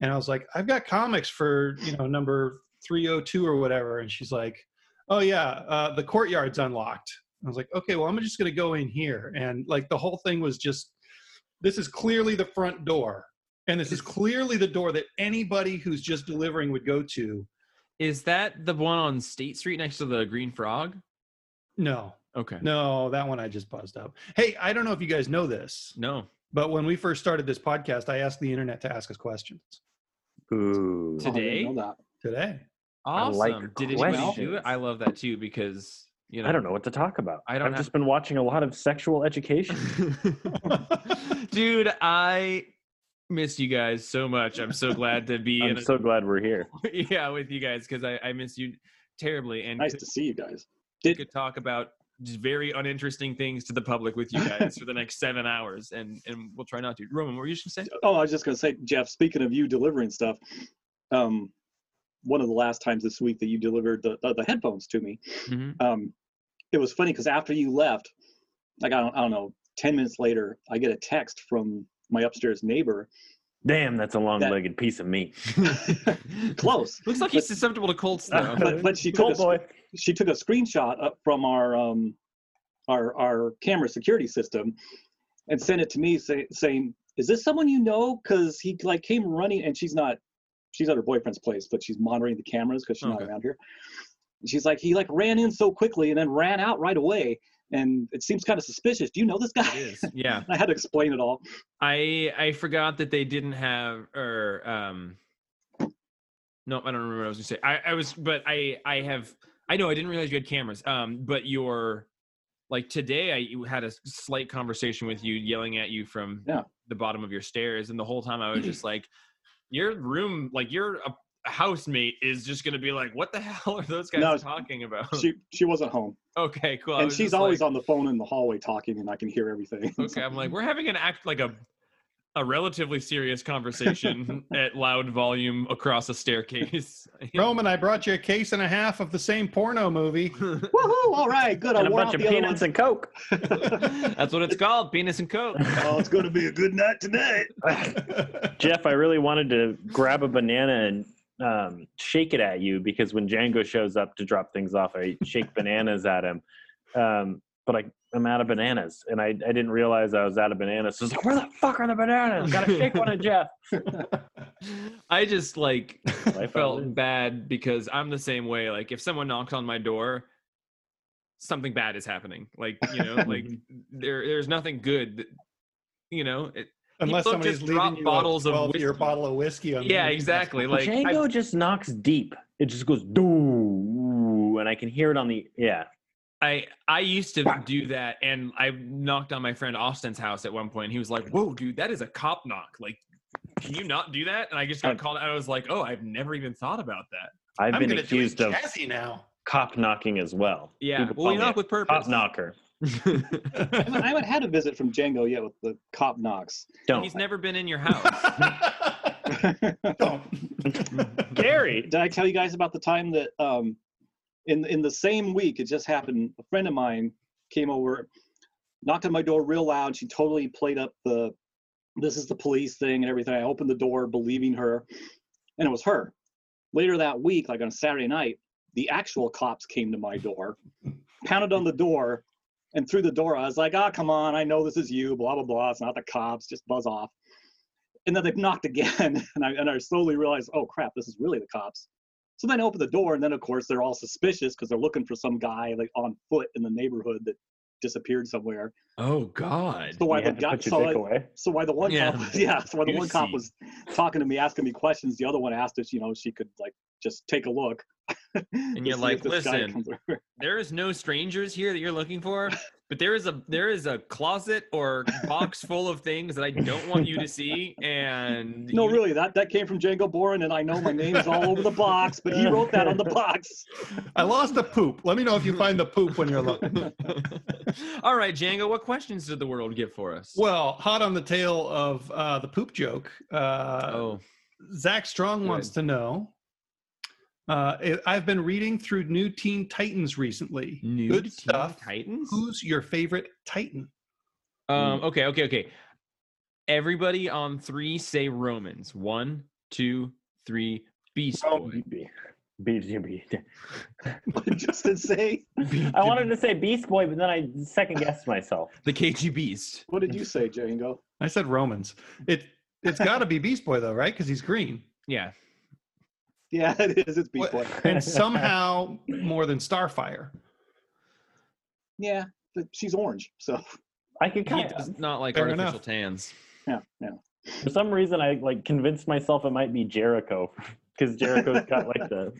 S1: And I was like, I've got comics for, you know, number 302 or whatever. And she's like, oh yeah uh, the courtyard's unlocked i was like okay well i'm just going to go in here and like the whole thing was just this is clearly the front door and this is clearly the door that anybody who's just delivering would go to
S3: Is that the one on State Street next to the Green Frog?
S1: no
S3: Okay.
S1: No, that one I just buzzed up. Hey, I don't know if you guys know this,
S3: No.
S1: but when we first started this podcast, I asked the internet to ask us questions
S4: Ooh.
S2: Oh, I didn't
S3: Today? Mm-hmm.
S2: know that.
S1: today.
S4: I
S3: Awesome.
S4: like
S3: Did anybody do
S4: questions.
S3: it? I love that too because you know
S4: I don't know what to talk about.
S3: I don't
S4: I've
S3: have-
S4: just been watching a lot of sexual education.
S3: Dude, I miss you guys so much. I'm so glad to be in
S4: I'm so glad we're here.
S3: yeah with you guys because I, I miss you terribly and
S2: Nice
S3: could,
S2: to see you guys.
S3: could talk about just very uninteresting things to the public with you guys for the next seven hours and and we'll try not to. Roman, what were you just gonna say?
S2: Oh, I was just gonna say, Jeff. Speaking of you delivering stuff, um, one of the last times this week that you delivered the uh, the, the headphones to me,
S3: Mhm.
S2: um, it was funny because after you left, like I don't, I don't know, ten minutes later, I get a text from my upstairs neighbor.
S4: Damn, that's a long-legged piece of meat.
S2: Close,
S3: Looks like he's susceptible to colds though.
S2: but, but she
S3: Oh,
S2: took
S4: Cold
S2: a,
S4: boy.
S2: she took a screenshot up from our um, our our camera security system and sent it to me say, saying, "Is this someone you know?" Because he like came running, and she's not she's at her boyfriend's place, but she's monitoring the cameras because she's
S3: Okay.
S2: not around here. And She's like, he like ran in so quickly and then ran out right away, and it seems kind of suspicious. Do you know this guy?
S3: It is. Yeah.
S2: I had to explain it all.
S3: I I forgot that they didn't have or um no, I don't remember what I was gonna say. I, I was but I I have I know I didn't realize you had cameras. Um but your like today I you had a slight conversation with you yelling at you from
S2: Yeah.
S3: the bottom of your stairs and the whole time I was just like your room like your uh, housemate is just gonna be like what the hell are those guys
S2: No,
S3: talking about?
S2: She she wasn't home,
S3: okay, cool. I
S2: and
S3: was
S2: she's
S3: just like-
S2: always on the phone in the hallway talking, and I can hear everything.
S3: Okay, I'm like, we're having an act like a a relatively serious conversation at loud volume across a staircase.
S1: Roman, I brought you a case and a half of the same porno movie.
S2: Woohoo! All right, good. I
S4: And a
S2: wore
S4: bunch
S2: out
S4: of
S2: the other one.
S4: peanuts and coke.
S3: That's what it's called, penis and coke.
S2: oh, it's going to be a good night tonight.
S4: Jeff, I really wanted to grab a banana and um, shake it at you because when Django shows up to drop things off, I shake bananas at him. Um, but I, I'm out of bananas, and I, I didn't realize I was out of bananas. So I was like, "Where the fuck are the bananas? Gotta shake one at Jeff."
S3: I just like
S4: I
S3: felt bad because I'm the same way. Like if someone knocks on my door, something bad is happening. Like, you know, like there there's nothing good that, you know, it,
S1: Unless
S3: People
S1: somebody's
S3: just drop
S1: leaving you
S3: bottles
S1: a
S3: of
S1: 12 year
S3: whiskey.
S1: bottle of whiskey on the
S3: yeah,
S1: end.
S3: exactly. Like I-
S4: Django just knocks deep. It just goes doo, and I can hear it on the yeah.
S3: I I used to do that, and I knocked on my friend Austin's house at one point. He was like, "Whoa, dude, that is a cop knock! Like, can you not do that?" And I just got called. out. I was like, "Oh, I've never even thought about that."
S4: I've
S1: I'm
S4: been
S1: gonna do it
S4: accused of
S1: jazzy now.
S4: cop knocking as well.
S3: Yeah,
S4: People
S3: well, we
S4: call me
S3: knock
S4: a
S3: with purpose.
S4: cop knocker.
S2: I haven't, I haven't had a visit from Django yet with the cop knocks.
S4: Don't
S3: He's never been in your house.
S1: Don't.
S4: Gary.
S2: Did I tell you guys about the time that um, in in the same week it just happened? A friend of mine came over, knocked on my door real loud. She totally played up the "this is the police" thing and everything. I opened the door, believing her, and it was her. Later that week, like on a Saturday night, the actual cops came to my door, pounded on the door, and through the door I was like, "Ah, come on! I know this is you." Blah blah blah. It's not the cops. Just buzz off. and then they've knocked again and I, and I slowly realized oh crap this is really the cops so then i open the door and then of course they're all suspicious because they're looking for some guy like on foot in the neighborhood that disappeared somewhere
S3: oh God!
S2: so why
S4: you
S2: the
S4: had to
S2: guy
S4: put your dick
S2: so, I-
S4: away.
S2: so why the one
S3: Yeah.
S2: cop was, yeah so why the one cop
S3: Juicy.
S2: was talking to me asking me questions the other one asked if you know she could like just take a look and
S3: you're like, "Listen." There is no strangers here that you're looking for, but there is a there is a closet or box full of things that I don't want you to see, and
S2: no
S3: you-
S2: really that that came from django bourne and i know my name's all over the box but he wrote that on the box
S1: I lost the poop. Let me know if you find the poop when you're looking.
S3: All right, Django, what questions did the world give for us?
S1: Well, hot on the tail of uh, the poop joke, uh,
S3: oh,
S1: Zach Strong wants to know. Uh, I- I've been reading through New Teen Titans recently.
S3: New
S1: Good
S3: Teen
S1: stuff.
S3: Titans.
S1: Who's your favorite Titan?
S3: Um, okay, okay, okay. Everybody on three say Romans. One, two, three. Beast
S4: Oh,
S3: Boy.
S2: what did justin say
S4: I wanted to say Beast Boy, but then I second guessed myself.
S3: The KG Beast.
S2: what did you say django
S1: I said Romans. It it's got to be Beast Boy though, right? Because he's green.
S3: Yeah.
S2: Yeah, it is. It's Beast
S1: What-
S2: Boy.
S1: and somehow more than Starfire.
S2: yeah, but she's orange, so
S4: I could
S3: He
S4: kind
S3: does
S4: of,
S3: not like
S1: Fair
S3: artificial
S1: enough.
S3: tans.
S2: yeah, yeah.
S4: for some reason, I like convinced myself it might be Jericho because Jericho's got like the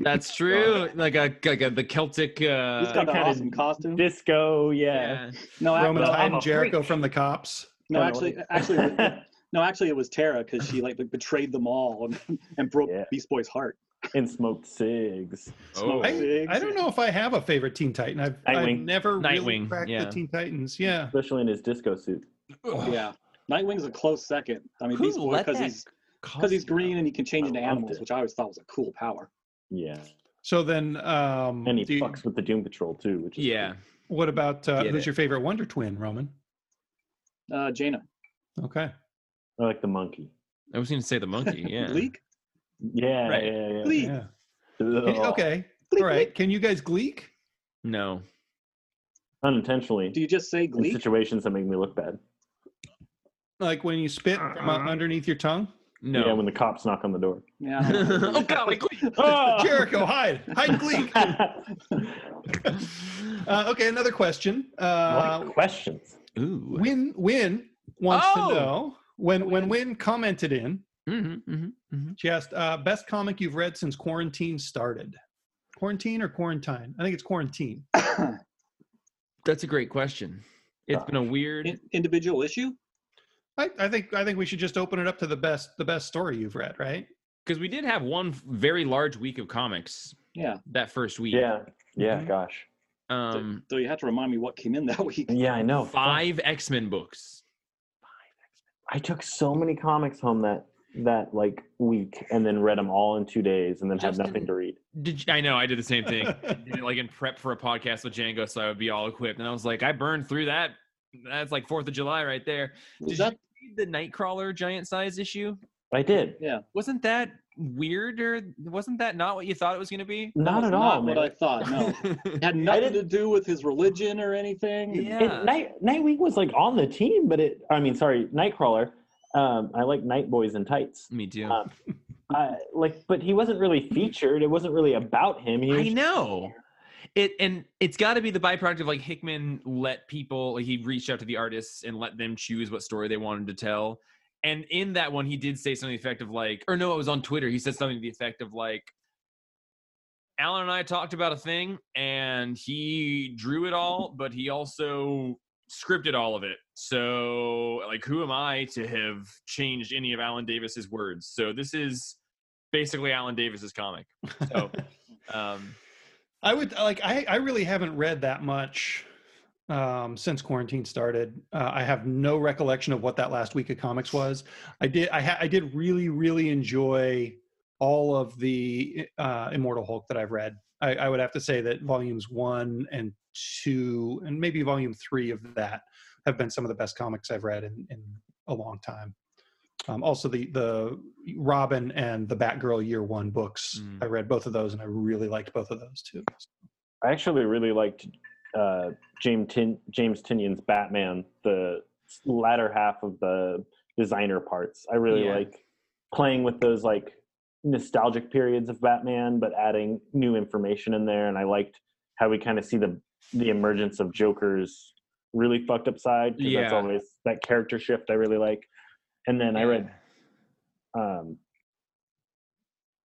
S3: That's true. Like a like a, the Celtic.
S2: He's
S3: Uh,
S2: got an
S4: kinda
S2: awesome costume.
S4: disco. Yeah.
S3: yeah.
S2: No, ac-
S1: Roman's
S4: I'm
S1: hiding
S4: a
S1: Jericho from the cops.
S2: no,
S4: I
S2: actually,
S4: don't-
S2: actually, no, actually, it was Tara because she like betrayed them all and, and broke
S4: Yeah.
S2: Beast Boy's heart.
S4: and smoked cigs.
S3: Oh.
S2: Smoke.
S1: I,
S2: Six.
S1: I don't know if I have a favorite Teen Titan. I've, I've
S4: Nightwing.
S1: never really
S3: Nightwing,
S1: cracked
S3: yeah.
S1: the Teen Titans. Yeah.
S4: especially in his disco suit.
S2: Yeah, Nightwing's a close second. I mean,
S3: Who
S2: Beast Boy
S3: let
S2: because
S3: that
S2: he's because he's green and he can change
S4: I
S2: into
S4: loved
S2: animals,
S4: it.
S2: which I always thought was a cool power.
S4: Yeah,
S1: So then, um,
S4: and he
S1: do you-
S4: fucks with the Doom Patrol too, which is
S3: Yeah.
S1: what about uh,
S3: Get
S1: who's
S3: it.
S1: your favorite Wonder Twin, Roman?
S2: Uh, Jaina,
S1: Okay.
S4: cool. I like the monkey.
S3: I was going to say the monkey. Yeah.
S2: Gleek,
S4: Yeah,
S3: Right.
S4: yeah, yeah.
S2: Gleek.
S1: Yeah. Can-
S4: Ugh.
S1: Okay.
S2: Gleek,
S1: All right. Can you guys gleek?
S3: No.
S4: Unintentionally,
S2: Do you just say
S4: in
S2: Gleek?
S4: situations that make me look bad.
S1: Like when you spit
S4: Uh-huh.
S1: from out underneath your tongue?
S3: No.
S4: Yeah, when the cops knock on the door. Ah!
S2: Yeah. I don't know.
S3: oh God, I gleek.
S4: Oh.
S1: Jericho, hide. Hide gleek. Uh, okay. Another question. Uh,
S4: What questions?
S3: Ooh.
S1: Win Win wants
S3: Oh!
S1: to know when when Win commented in,
S3: Mhm, mhm, mhm.
S1: she asked, uh, "Best comic you've read since quarantine started." Quarantine or quarantine? I think it's quarantine.
S3: That's a great question. It's been a weird.
S2: In- individual issue?
S1: I, I think I think we should just open it up to the best the best story you've read, right?
S3: because we did have one f- very large week of comics
S2: Yeah.
S3: that first week.
S4: Yeah, yeah.
S2: Hmm?
S1: Mhm.
S4: Gosh.
S2: So-
S3: Um,
S2: so you have to remind me what came in that week.
S4: Yeah, I
S2: Oh,
S4: know. Fuck.
S3: five X Men books.
S4: I took so many comics home that that like week, and then read them all in two days, and then had
S3: Justin-
S4: nothing to read.
S3: Did you, I know I did the same thing. Did it, like in prep for a podcast with Django, so I would be all equipped. And I was like, I burned through that. That's like Fourth of July right there.
S2: Was
S3: Did
S2: that
S3: you read the Nightcrawler giant size issue?
S4: I did.
S3: Wasn't that weirder? Wasn't that not what you thought it was going to be?
S4: Not
S2: was
S4: at all,
S2: not what
S4: man.
S2: I thought. No, it had nothing to do with his religion or anything.
S4: It-
S3: yeah.
S4: Night Nightwing was like on the team, but it. I mean, sorry, Nightcrawler. Um, I like Night Boys and Tights.
S3: Me too.
S4: Um, Uh, like, but he wasn't really featured. It wasn't really about him. He was
S3: I know. It and it's got to be the byproduct of like Hickman let people like he reached out to the artists and let them choose what story they wanted to tell. And in that one, he did say something to the effect of like, or no, it was on Twitter. He said something to the effect of like, Alan and I talked about a thing, and he drew it all, but he also scripted all of it. So, like, who am I to have changed any of Alan Davis's words? So this is basically Alan Davis's comic. So. Um,
S1: I would like I I really haven't read that much um since quarantine started uh, i have no recollection of what that last week of comics was i did i ha- i did really really enjoy all of the uh immortal hulk that i've read I, I would have to say that volumes one and two and maybe volume three of that have been some of the best comics i've read in, in a long time um, also the the robin and the batgirl year one books
S3: Mm.
S1: i read both of those and i really liked both of those too
S4: I actually really liked uh, James Tin- James Tinian's Batman, the latter half of the designer parts. I really
S3: Yeah.
S4: like playing with those like nostalgic periods of Batman, but adding new information in there. And I liked how we kind of see the the emergence of Joker's really fucked up side. 'cause
S3: Yeah.
S4: that's always that character shift I really like. And then I read um,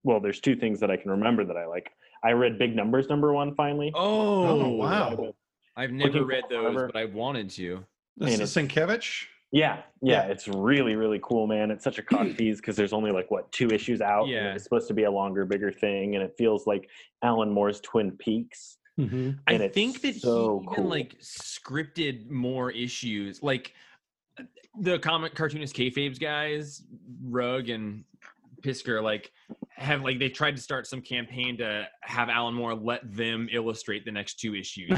S4: well, there's two things that I can remember that I like. I read Big Numbers number one finally.
S3: Oh,
S1: wow.
S3: I've never
S4: Looking
S3: read
S4: for
S3: those,
S4: Oliver.
S3: but I wanted to.
S1: This
S4: And
S1: is
S4: it's-
S1: Sienkiewicz.
S4: Yeah, yeah,
S1: Yeah.
S4: it's really really cool, man. It's such a cock tease because there's only like what two issues out. and
S3: Yeah.
S4: it's supposed to be a longer, bigger thing, and it feels like Alan Moore's Twin Peaks.
S1: Mm-hmm.
S4: And
S3: I
S4: it's
S3: think that
S4: so
S3: he even
S4: cool.
S3: like scripted more issues, like uh, the comic cartoonist kayfabe's guys, Rug and Pisker, like have like they tried to start some campaign to have Alan Moore let them illustrate the next two issues.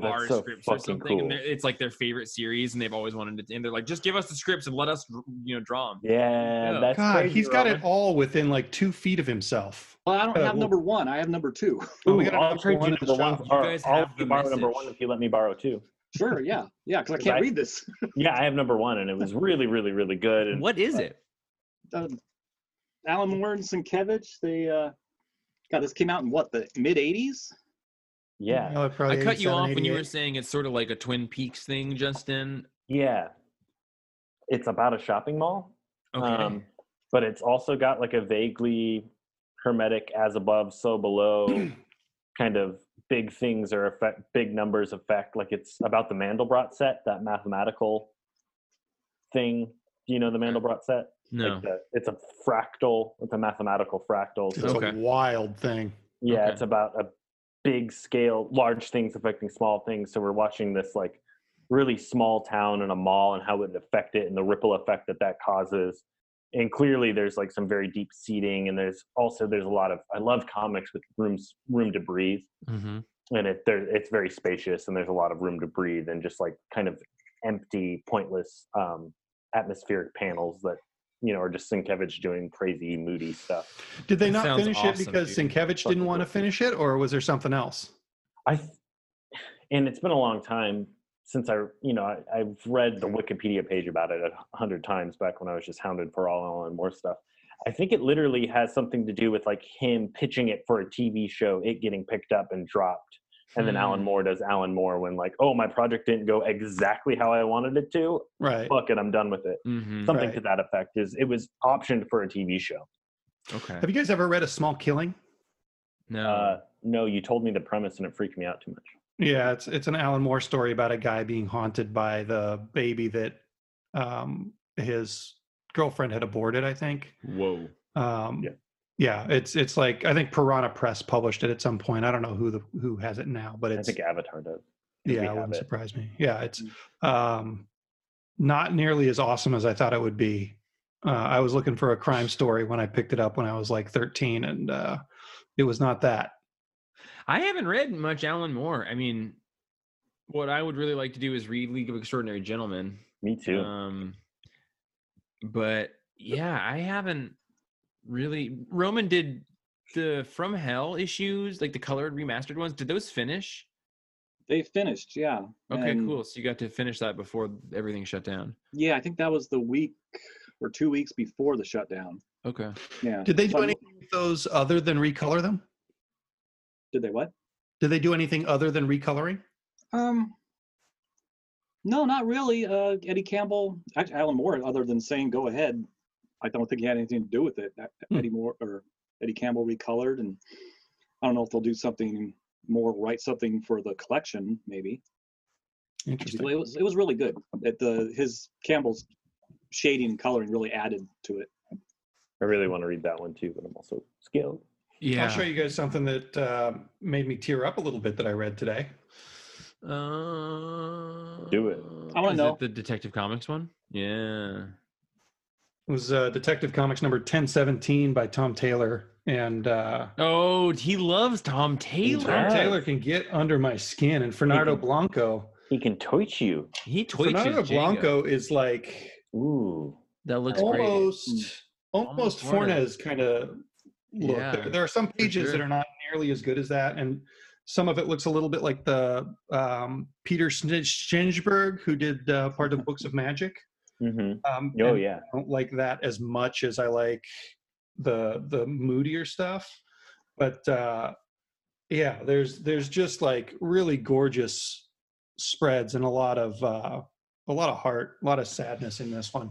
S3: our
S4: that's so
S3: scripts or
S4: fucking
S3: something.
S4: cool.
S3: And they're- it's like their favorite series, and they've always wanted to. And they're like, just give us the scripts and let us, you know, draw them.
S4: Yeah,
S3: Yeah.
S4: that's
S1: God,
S4: crazy,
S1: he's got it
S4: Robin.
S1: all within like two feet of himself.
S2: Well, I don't
S1: Uh,
S2: have
S1: well-
S2: number one. I have number two.
S1: Oh, we
S4: Ooh,
S1: got
S4: I'll
S1: another
S4: trade
S1: one
S4: you
S1: at
S4: the
S1: the
S4: one.
S1: shop.
S4: Or
S3: You guys
S4: I'll
S3: have
S4: let
S3: the
S4: you borrow number
S3: message.
S4: one if you let me borrow two.
S2: Sure. Yeah. Yeah. Because I can't
S4: I-
S2: read this.
S4: Yeah, I have number one, and it was really, really, really good. And
S3: What is it?
S2: Um, Alan Moore and Sienkiewicz. They uh, God, this came out in what the mid '80s.
S4: Yeah.
S1: No,
S3: I
S1: probably
S3: cut you
S1: 87,
S3: off when you were
S1: 88.
S3: saying it's sort of like a Twin Peaks thing, Justin.
S4: Yeah. It's about a shopping mall.
S3: Okay.
S4: Um, but it's also got like a vaguely hermetic as above, so below kind of big things or effect, big numbers effect. Like it's about the Mandelbrot set, that mathematical thing. Do you know the Mandelbrot set?
S3: Uh, no.
S4: Like the, it's a fractal, it's a mathematical fractal.
S1: It's
S4: So
S3: Okay.
S1: a wild thing.
S4: yeah,
S3: Okay.
S4: it's about a big scale, large things affecting small things. So we're watching this like really small town in a mall and how it would affect it and the ripple effect that that causes. And clearly, there's like some very deep seating, and there's also there's a lot of I love comics with rooms room to breathe,
S3: hmm
S4: and it there it's very spacious, and there's a lot of room to breathe, and just like kind of empty, pointless um, atmospheric panels that you know are just Sienkiewicz doing crazy, moody stuff.
S1: Did they
S3: That
S1: not
S3: sounds
S1: finish it
S3: awesome,
S1: because
S3: dude.
S1: Sienkiewicz didn't want to finish it, or was there something else?
S4: I, th- and it's been a long time since I, you know, I, I've read the Wikipedia page about it a hundred times back when I was just hounded for all and more stuff. I think it literally has something to do with like him pitching it for a TV show, it getting picked up and dropped. And then
S1: Hmm.
S4: Alan Moore does Alan Moore when like, oh, my project didn't go exactly how I wanted it to.
S1: Right.
S4: Fuck it, I'm done with it.
S3: hmm
S4: Something to
S1: Right.
S4: that effect is it was optioned for a TV show.
S3: Okay.
S1: Have you guys ever read A Small Killing? Oh.
S3: No.
S4: Uh, no, you told me the premise and it freaked me out too much.
S1: Yeah, it's it's an Alan Moore story about a guy being haunted by the baby that um, his girlfriend had aborted. I think.
S3: Whoa.
S1: Um,
S4: Yeah.
S1: yeah. it's it's like I think Piranha Press published it at some point. I don't know who the who has it now, but
S4: I
S1: it's
S4: think Avatar does. 'cause we
S1: yeah, it
S4: have
S1: wouldn't
S4: it.
S1: surprise me. Yeah, it's um, not nearly as awesome as I thought it would be. Uh, I was looking for a crime story when I picked it up when I was like 13, and uh, it was not that.
S3: I haven't read much Alan Moore. I mean, what I would really like to do is read League of Extraordinary Gentlemen.
S4: Me too.
S3: Um, but yeah, I haven't really. Roman did the From Hell issues, like the colored remastered ones. Did those finish?
S2: They finished, yeah.
S3: Okay,
S2: and-
S3: cool. So you got to finish that before everything shut down.
S2: Yeah, I think that was the week or two weeks before the shutdown.
S3: Okay.
S2: Yeah.
S1: Did they
S2: So
S1: do
S2: I'm-
S1: anything with those other than recolor them?
S2: Did they what?
S1: Did they do anything other than recoloring?
S2: Um, no, not really. Uh, Eddie Campbell, actually, Alan Moore, other than saying "go ahead," I don't think he had anything to do with it. That-
S1: Hmm.
S2: Eddie Moore or Eddie Campbell recolored, and I don't know if they'll do something more, write something for the collection, maybe. But
S1: Interesting.
S2: It was it was really good. That the his Campbell's shading and coloring really added to it.
S4: I really want to read that one too, but I'm also scared.
S3: Yeah.
S1: I'll show you guys something that uh, made me tear up a little bit that I read today.
S3: Uh,
S4: Do it.
S2: I wanna
S3: is
S2: know.
S3: the Detective Comics one. Yeah.
S1: It was uh, Detective Comics number 1017 by Tom Taylor. And uh,
S3: Oh, he loves Tom Taylor.
S1: Tom
S4: does.
S1: Taylor can get under my skin. And Fernando
S4: Mhm.
S1: Blanco,
S4: He can torch you.
S3: He tweets
S1: Fernando Blanco is like
S4: Ooh.
S3: That looks great.
S1: almost,
S3: Hmm.
S1: almost
S3: Almost Fornes.
S1: Fornes kind of look.
S3: Yeah,
S1: there, there are some pages that
S3: sure.
S1: are not nearly as good as that, and some of it looks a little bit like the um, Peter Schin- Schinberg who did uh, part of Books of Magic.
S4: Mm-hmm.
S1: Um,
S4: Oh
S1: and
S4: yeah.
S1: I don't like that as much as I like the the moodier stuff. But uh, yeah, there's there's just like really gorgeous spreads and a lot of uh, a lot of heart, a lot of sadness in this one.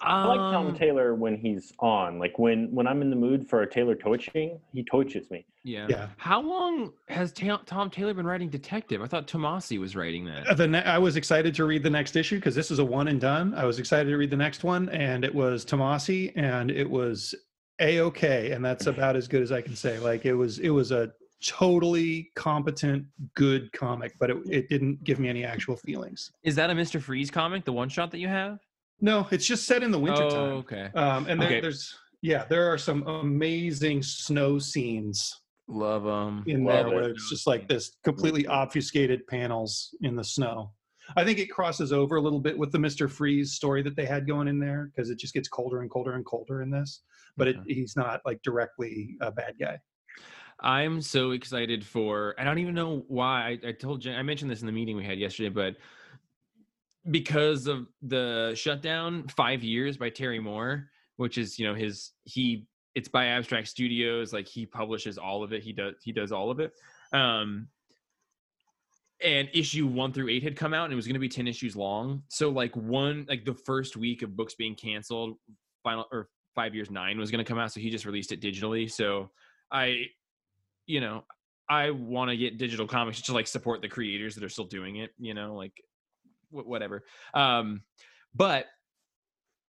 S4: I like Tom
S3: Um,
S4: Taylor when he's on. Like when when I'm in the mood for a Taylor torching, he torches me.
S3: Yeah.
S1: Yeah.
S3: How long has Ta- Tom Taylor been writing Detective? I thought Tomasi was writing that.
S1: The ne- I was excited to read the next issue because this is a one and done. I was excited to read the next one, and it was Tomasi, and it was a okay, and that's about as good as I can say. Like it was, it was a totally competent, good comic, but it, it didn't give me any actual feelings.
S3: Is that a Mr. Freeze comic, the one shot that you have?
S1: No, it's just set in the
S3: Oh,
S1: wintertime.
S3: okay.
S1: Um, and there,
S3: Okay.
S1: there's yeah, there are some amazing snow scenes
S3: Love um.
S1: in there
S4: Love it.
S1: where it's just like this completely obfuscated panels in the snow. I think it crosses over a little bit with the Mister Freeze story that they had going in there because it just gets colder and colder and colder in this. But it,
S3: Okay.
S1: he's not like directly a bad guy.
S3: I'm so excited for. I don't even know why. I, I told Jen. I mentioned this in the meeting we had yesterday, but because of the shutdown, five years by Terry Moore, which is you know his he. It's by Abstract Studios. Like he publishes all of it. He does he does all of it. Um, and issue one through eight had come out and it was going to be 10 issues long so like one like the first week of books being canceled final or five years nine was going to come out so he just released it digitally so i you know i want to get digital comics to like support the creators that are still doing it you know like wh- whatever um but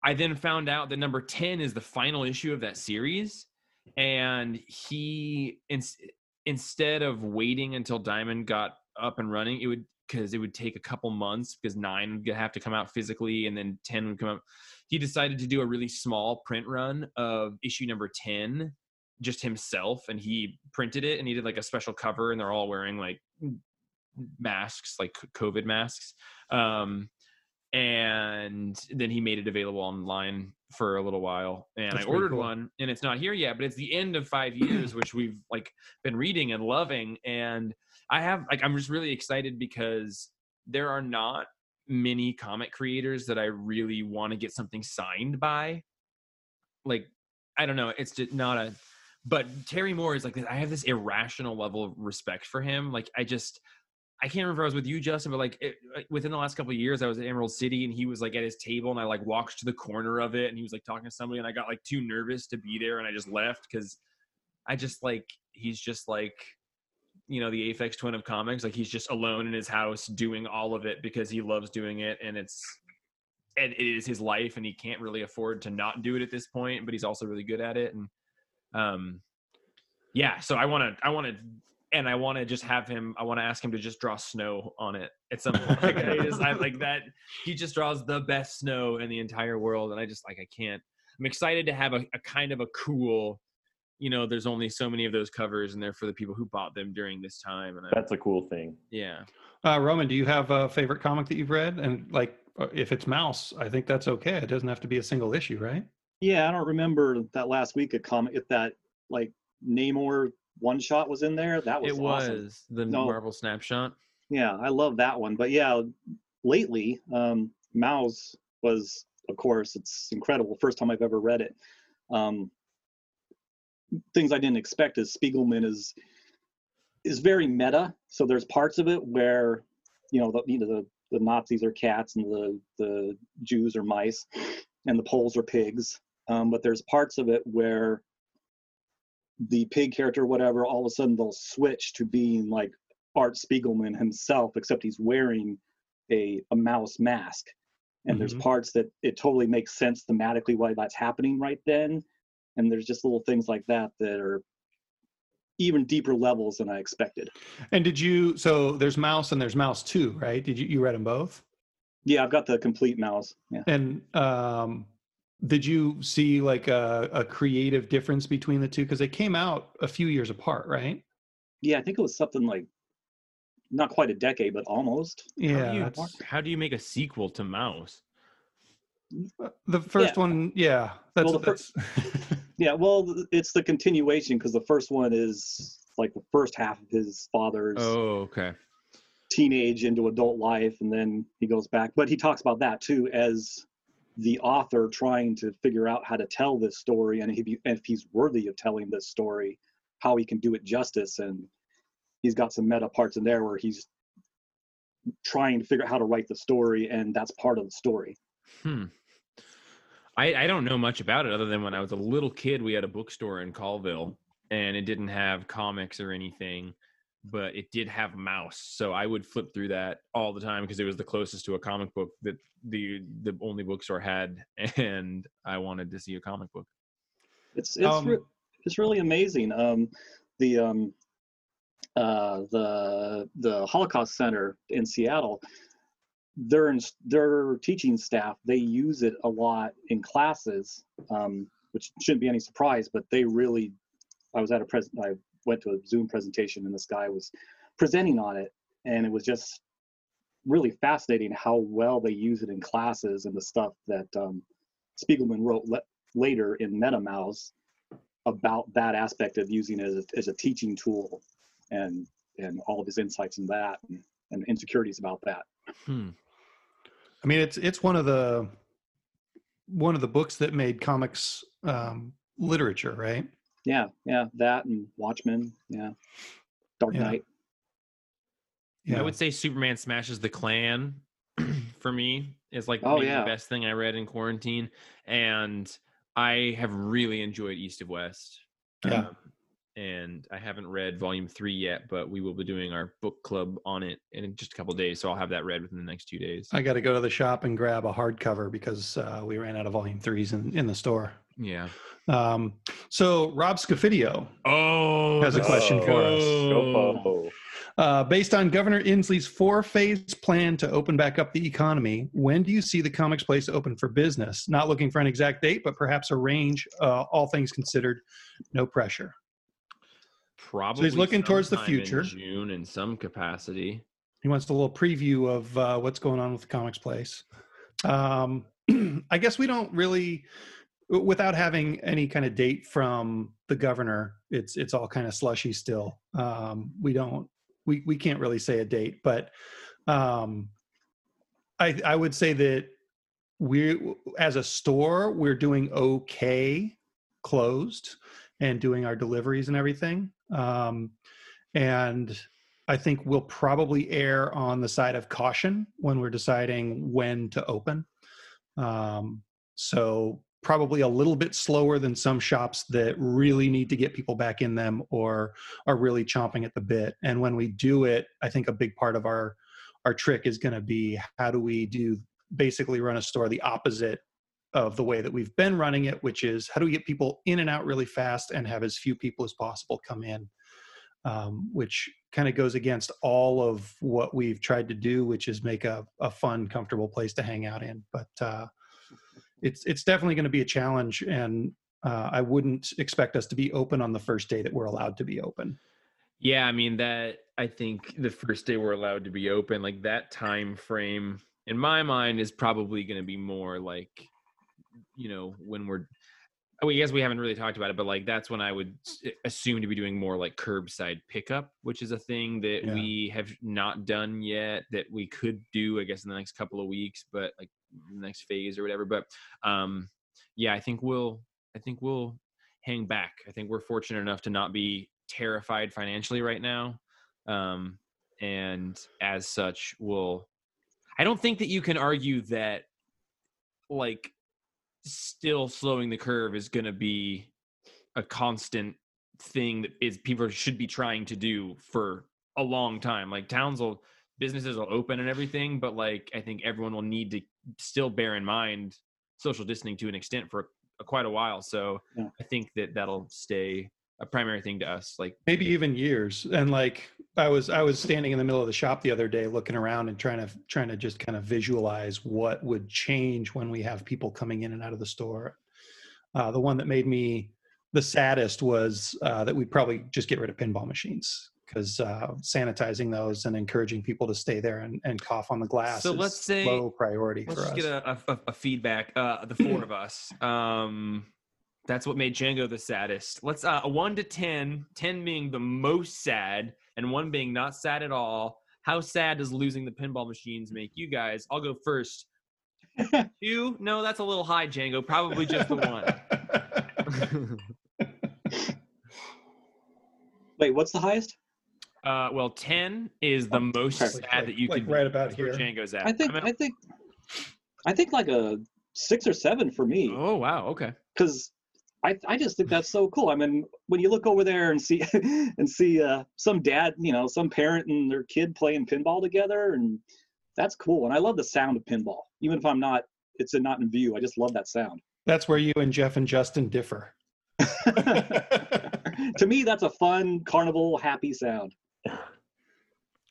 S3: i then found out that number 10 is the final issue of that series and he in, instead of waiting until diamond got up and running, it would because it would take a couple months because nine would have to come out physically and then ten would come out. He decided to do a really small print run of issue number ten, just himself, and he printed it and he did like a special cover, and they're all wearing like masks, like COVID masks. Um, and then he made it available online for a little while and
S1: That's
S3: i
S1: pretty
S3: ordered
S1: cool.
S3: one and it's not here yet but it's the end of five years which we've like been reading and loving and i have like i'm just really excited because there are not many comic creators that i really want to get something signed by like i don't know it's just not a but terry moore is like i have this irrational level of respect for him like i just I can't remember if I was with you, Justin, but like it, like, within the last couple of years, I was at Emerald City and he was like at his table and I like walked to the corner of it and he was like talking to somebody and I got like too nervous to be there and I just left because I just like, he's just like, you know, the Aphex twin of comics. Like he's just alone in his house doing all of it because he loves doing it and it's, and it is his life and he can't really afford to not do it at this point, but he's also really good at it. And, um, yeah, so I want to, I want to and I want to just have him. I want to ask him to just draw snow on it at some point. Like, I just, I, like that, he just draws the best snow in the entire world, and I just like I can't. I'm excited to have a, a kind of a cool, you know. There's only so many of those covers, and they're for the people who bought them during this time. And I,
S4: That's a cool thing.
S3: yeah,
S1: Uh, Roman, do you have a favorite comic that you've read? And like, uh, if it's Mouse, I think that's okay. It doesn't have to be a single issue, right?
S2: Yeah, I don't remember that last week a comic if that like Namor one shot was in there. That was
S3: it was
S2: awesome.
S3: the
S2: No.
S3: Marvel snapshot.
S2: Yeah, I love that one. But yeah, lately, um, Mao's was, of course, it's incredible. First time I've ever read it. Um, things I didn't expect is Spiegelman is is very meta. So there's parts of it where, you know, the you know, the, the Nazis are cats and the the Jews are mice, and the Poles are pigs. Um, but there's parts of it where the pig character, whatever, all of a sudden they'll switch to being like Art Spiegelman himself, except he's wearing a, a mouse mask. And there's
S1: Mhm.
S2: parts that it totally makes sense thematically why that's happening right then. And there's just little things like that that are even deeper levels than I expected.
S1: And did you? So there's Mouse and there's Mouse Two, right? Did you you read them both?
S2: Yeah, I've got the complete mouse. Yeah.
S1: And um, did you see like a, a creative difference between the two? Because they came out a few years apart, right?
S2: Yeah, I think it was something like not quite a decade, but almost.
S1: Yeah.
S3: how do, you,
S1: that's-
S3: how do you make a sequel to Mouse?
S1: uh, the first one, yeah. That's,
S2: Well, the
S1: that's
S2: Yeah, well, th- it's the continuation because the first one is like the first half of his father's
S3: Oh, okay.
S2: teenage into adult life and then he goes back but he talks about that too as the author trying to figure out how to tell this story and if, he, if he's worthy of telling this story how he can do it justice and he's got some meta parts in there where he's trying to figure out how to write the story and that's part of the story
S3: Hmm. I, I don't know much about it other than when I was a little kid, we had a bookstore in Colville and it didn't have comics or anything, but it did have Mouse. So I would flip through that all the time because it was the closest to a comic book that the the only bookstore had, and I wanted to see a comic book.
S2: it's it's
S1: Um,
S2: re- it's really amazing um the um uh the the holocaust center in seattle their ins- their teaching staff they use it a lot in classes um which shouldn't be any surprise but they really i was at a pres i went to a zoom presentation and this guy was presenting on it and it was just really fascinating how well they use it in classes and the stuff that um spiegelman wrote le- later in MetaMouse about that aspect of using it as a, as a teaching tool and and all of his insights in that and, and insecurities about that.
S3: Hmm.
S1: I mean, it's it's one of the one of the books that made comics um, literature, right?
S2: Yeah, yeah, that and Watchmen. Yeah, Dark
S1: Yeah.
S2: Knight.
S1: Yeah.
S3: I would say Superman Smashes the Klan for me is like
S2: Oh,
S3: maybe
S2: yeah.
S3: the best thing I read in quarantine, and I have really enjoyed East of West.
S1: Yeah.
S3: Um, and I haven't read Volume Three yet, but we will be doing our book club on it in just a couple days, so I'll have that read within the next two days.
S1: I got to go to the shop and grab a hardcover because uh, we ran out of volume threes in, in the store.
S3: yeah.
S1: Um, so Rob Scafidio,
S3: Oh,
S1: Has a
S3: let's
S1: question for us.
S3: go.
S4: Go Bo.
S1: uh, based on Governor Inslee's four-phase plan to open back up the economy, when do you see the comics place open for business? Not looking for an exact date, but perhaps a range. Uh, all things considered, no pressure.
S3: Probably.
S1: looking towards the
S3: sometime in
S1: future.
S3: June in some capacity.
S1: He wants a little preview of uh, what's going on with the comics place. Um, I guess we don't really, w- without having any kind of date from the governor, it's it's all kind of slushy still. Um, we don't we we can't really say a date, but um, I I would say that we as a store we're doing okay closed and doing our deliveries and everything. Um, and I think we'll probably err on the side of caution when we're deciding when to open. Um, so probably a little bit slower than some shops that really need to get people back in them or are really chomping at the bit. And when we do it, I think a big part of our our trick is going to be how do we do basically run a store the opposite of the way that we've been running it, which is how do we get people in and out really fast and have as few people as possible come in um, which kind of goes against all of what we've tried to do, which is make a, a fun, comfortable place to hang out in. But uh, it's it's definitely going to be a challenge, and uh, I wouldn't expect us to be open on the first day that we're allowed to be open.
S3: Yeah, I mean that I think the first day we're allowed to be open, like that time frame in my mind is probably going to be more like you know, when we're oh, I guess we haven't really talked about it, but like that's when I would s- eh, assume to be doing more like curbside pickup, which is a thing that
S1: Yeah.
S3: we have not done yet that we could do I guess in the next couple of weeks, but like next phase or whatever, but um yeah, I think we'll I think we'll hang back. I think we're fortunate enough to not be terrified financially right now. Um, and as such, we'll, I don't think that you can argue that like still slowing the curve is going to be a constant thing that is people should be trying to do for a long time. Like towns will, businesses will open and everything, but like, I think everyone will need to still bear in mind social distancing to an extent for a- quite a while. So
S2: Yeah.
S3: I think that that'll stay a primary thing to us. Like,
S1: Maybe even years. And like I was I was standing in the middle of the shop the other day, looking around and trying to trying to just kind of visualize what would change when we have people coming in and out of the store. Uh, the one that made me the saddest was uh, that we probably just get rid of pinball machines because uh, sanitizing those and encouraging people to stay there and, and cough on the glass
S3: So
S1: is
S3: let's say-
S1: low priority
S3: Let's
S1: for
S3: just
S1: us.
S3: get a, a- a- a feedback. Uh, the four of us. Um, that's what made Django the saddest. Let's uh, a one to ten, ten being the most sad, and one being not sad at all. How sad does losing the pinball machines make you guys? I'll go first. Two? No, that's a little high, Django. Probably just the one.
S2: Wait, what's the highest?
S3: Uh, well, ten is the most
S2: Like-
S3: sad
S1: like-
S3: that you
S1: like
S3: can. be.
S1: right about
S3: That's where
S1: here.
S3: Django's at.
S2: I think
S3: I'm at-
S2: I think I think like a six or seven for me.
S3: oh wow. Okay.
S2: because I, I just think that's so cool. I mean, when you look over there and see and see uh, some dad, you know, some parent and their kid playing pinball together, and that's cool. And I love the sound of pinball, even if I'm not, it's not in view. I just love that sound.
S1: That's where you and Jeff and Justin differ.
S2: to me, that's a fun carnival, happy sound.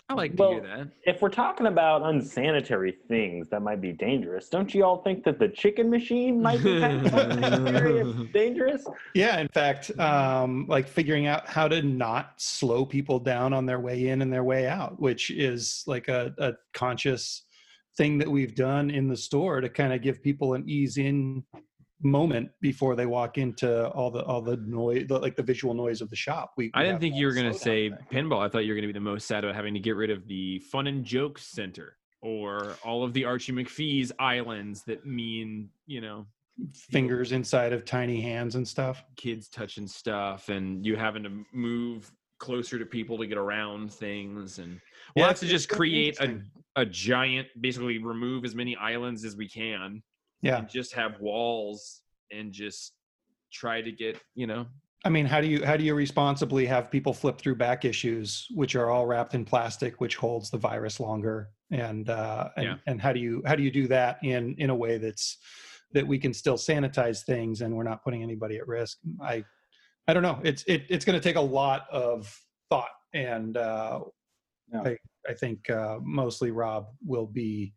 S3: I like to
S4: Well,
S3: hear that.
S4: If we're talking about unsanitary things that might be dangerous, don't you all think that the chicken machine might be kind of unsanitary and dangerous?
S1: Yeah, in fact, um, like figuring out how to not slow people down on their way in and their way out, which is like a, a conscious thing that we've done in the store to kind of give people an ease in moment before they walk into all the all the noise, the, like the visual noise of the shop. We
S3: I
S1: we
S3: didn't
S1: have
S3: think
S1: that
S3: you were going to
S1: slowdown
S3: say
S1: thing.
S3: pinball. I thought you were going to be the most sad about having to get rid of the Fun and Jokes Center or all of the Archie McPhee's islands that mean, you know,
S1: fingers inside of tiny hands and stuff.
S3: kids touching stuff and you having to move closer to people to get around things and
S1: Yeah,
S3: we'll have
S1: it's-
S3: to
S1: it's
S3: just
S1: gonna be
S3: create a,
S1: interesting.
S3: a giant basically remove as many islands as we can
S1: Yeah.
S3: and just have walls and just try to get you know
S1: I mean, how do you how do you responsibly have people flip through back issues, which are all wrapped in plastic, which holds the virus longer, and uh, and,
S3: Yeah.
S1: and how do you how do you do that in in a way that's that we can still sanitize things and we're not putting anybody at risk? I I don't know. It's it, it's going to take a lot of thought, and uh,
S2: Yeah.
S1: I I think uh, mostly Rob will be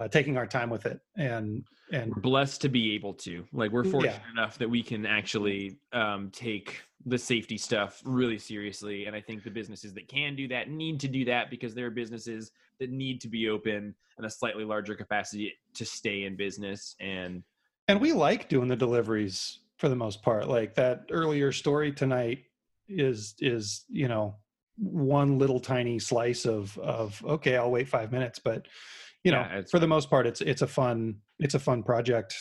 S1: uh, taking our time with it, and and
S3: we're blessed to be able to like we're
S1: Mm, Yeah.
S3: fortunate enough that we can actually um, take the safety stuff really seriously and i think the businesses that can do that need to do that because there are businesses that need to be open in a slightly larger capacity to stay in business and
S1: and we like doing the deliveries for the most part like that earlier story tonight is is you know one little tiny slice of of okay i'll wait five minutes but you know
S3: Yeah, it's-
S1: for the most part it's it's a fun it's a fun project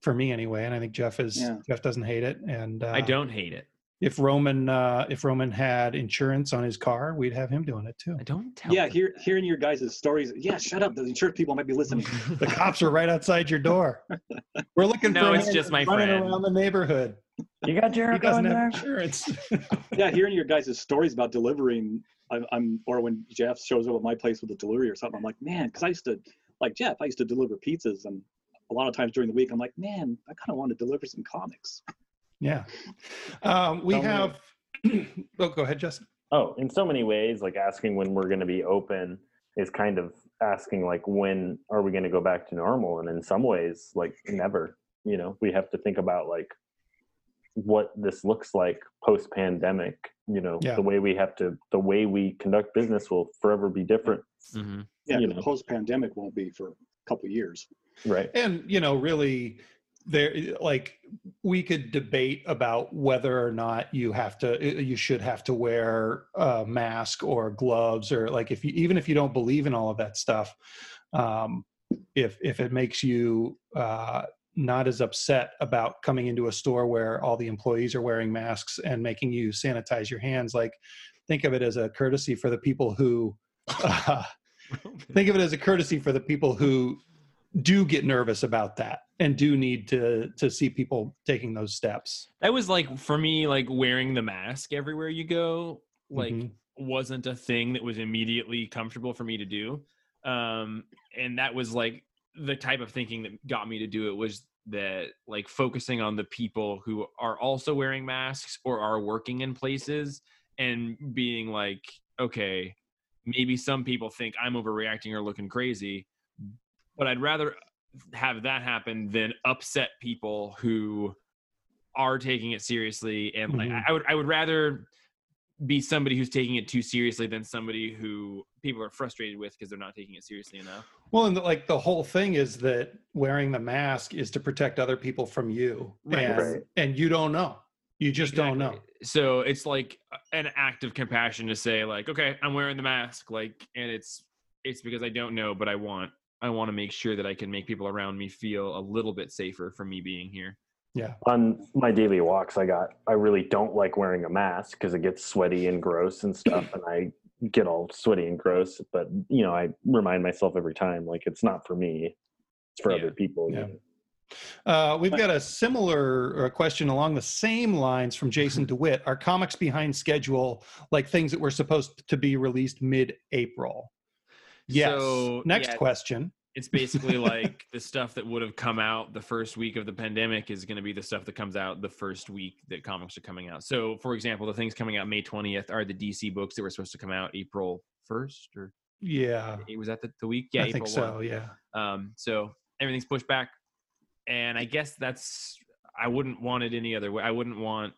S1: for me anyway and i think jeff is
S2: Yeah.
S1: jeff doesn't hate it and uh,
S3: i don't hate it
S1: if roman uh if roman had insurance on his car we'd have him doing it too
S3: i don't tell
S2: Yeah,
S3: them.
S2: hear, hearing your guys' stories. Yeah, shut up. The insurance people might be listening.
S1: the cops are right outside your door we're looking
S3: No,
S1: for
S3: it's
S1: him
S3: just my
S1: running
S3: friend.
S1: around the neighborhood
S4: You got
S1: he
S4: Jericho
S1: doesn't
S4: in
S1: have
S4: there.
S1: insurance
S2: yeah, hearing your guys' stories about delivering, I'm, I'm or when Jeff shows up at my place with a delivery or something, I'm like, man, because I used to, like Jeff, I used to deliver pizzas, and a lot of times during the week, I'm like, man, I kind of want to deliver some comics.
S1: Yeah. Um, we
S2: Don't know.
S1: have, oh, go ahead, Justin.
S4: Oh, in so many ways, like asking when we're going to be open is kind of asking like when are we going to go back to normal, and in some ways, like never. You know, we have to think about like what this looks like post pandemic. You know,
S1: Yeah.
S4: the way we have to, the way we conduct business will forever be different.
S3: Mhm.
S2: Yeah,
S4: You
S2: the
S4: know.
S2: post pandemic won't be for a couple years.
S4: Right.
S1: And, you know, really, there, eh, like, we could debate about whether or not you have to, eh, you should have to wear a mask or gloves or, like, if you, even if you don't believe in all of that stuff, um, if, if it makes you, uh, not as upset about coming into a store where all the employees are wearing masks and making you sanitize your hands. Like, think of it as a courtesy for the people who, uh, think of it as a courtesy for the people who do get nervous about that and do need to to see people taking those steps.
S3: that was like for me like wearing the mask everywhere you go like
S1: Mhm.
S3: wasn't a thing that was immediately comfortable for me to do. Um, and that was like the type of thinking that got me to do it was that like focusing on the people who are also wearing masks or are working in places and being like, okay, maybe some people think I'm overreacting or looking crazy, but I'd rather have that happen than upset people who are taking it seriously and like
S1: Mhm.
S3: I would I would rather be somebody who's taking it too seriously than somebody who people are frustrated with because they're not taking it seriously enough.
S1: Well, and like the whole thing is that wearing the mask is to protect other people from you,
S3: Right.
S1: and,
S4: Right.
S1: and you don't know. You just don't know.
S3: Exactly. So it's like an act of compassion to say like, okay, I'm wearing the mask, like, and it's it's because I don't know, but I want I want to make sure that I can make people around me feel a little bit safer from me being here.
S4: On my daily walks, I got I really don't like wearing a mask because it gets sweaty and gross and stuff, and I get all sweaty and gross. But you know, I remind myself every time like it's not for me; it's for
S3: Yeah.
S4: other people. you
S1: Yeah.
S4: know?
S1: Uh, we've got a similar or a question along the same lines from Jason DeWitt. Are comics behind schedule, like things that were supposed to be released mid-April? Yes.
S3: So,
S1: Next
S3: yeah.
S1: question.
S3: It's basically like the stuff that would have come out the first week of the pandemic is going to be the stuff that comes out the first week that comics are coming out. So, for example, the things coming out May 20th are the DC books that were supposed to come out April 1st or
S1: Yeah,
S3: it was that the, the week? Yeah,
S1: I
S3: April
S1: think so.
S3: 1.
S1: Yeah.
S3: Um, so everything's pushed back, and I guess that's I wouldn't want it any other way. I wouldn't want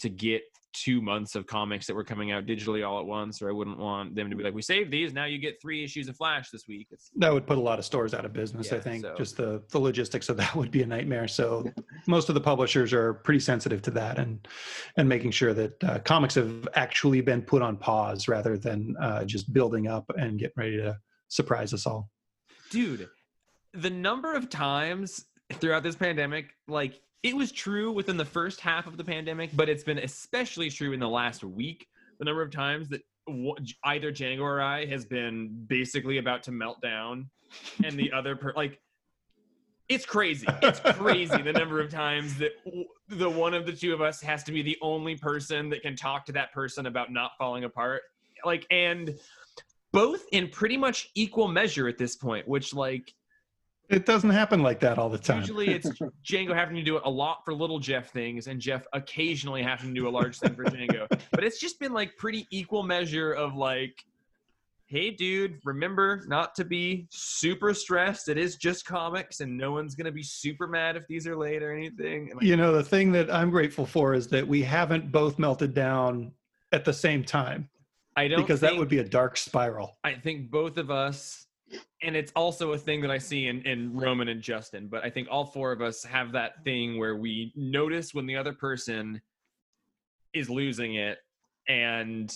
S3: to get two months of comics that were coming out digitally all at once, or I wouldn't want them to be like, "We saved these. Now you get three issues of Flash this week." It's
S1: that would put a lot of stores out of business i
S3: Yeah,
S1: think
S3: so-
S1: just the, the logistics of that would be a nightmare so most of the publishers are pretty sensitive to that and and making sure that uh, comics have actually been put on pause rather than uh,
S3: Mm-hmm.
S1: just building up and getting ready to surprise us all
S3: dude the number of times throughout this pandemic like it was true within the first half of the pandemic but it's been especially true in the last week the number of times that w- either Django or I has been basically about to melt down, and the other per like, it's crazy. It's crazy the number of times that w- the one of the two of us has to be the only person that can talk to that person about not falling apart. Like, and both in pretty much equal measure at this point, which like
S1: It doesn't happen like that all the time.
S3: Usually it's Django having to do a lot for little Jeff things and Jeff occasionally having to do a large thing for Django. But it's just been like pretty equal measure of like, hey, dude, remember not to be super stressed. It is just comics and no one's going to be super mad if these are late or anything. And, like,
S1: you know, the thing that I'm grateful for is that we haven't both melted down at the same time
S3: I don't
S1: because that
S3: think-
S1: would be a dark spiral.
S3: I think both of us, and it's also a thing that I see in, in Roman and Justin, but I think all four of us have that thing where we notice when the other person is losing it. And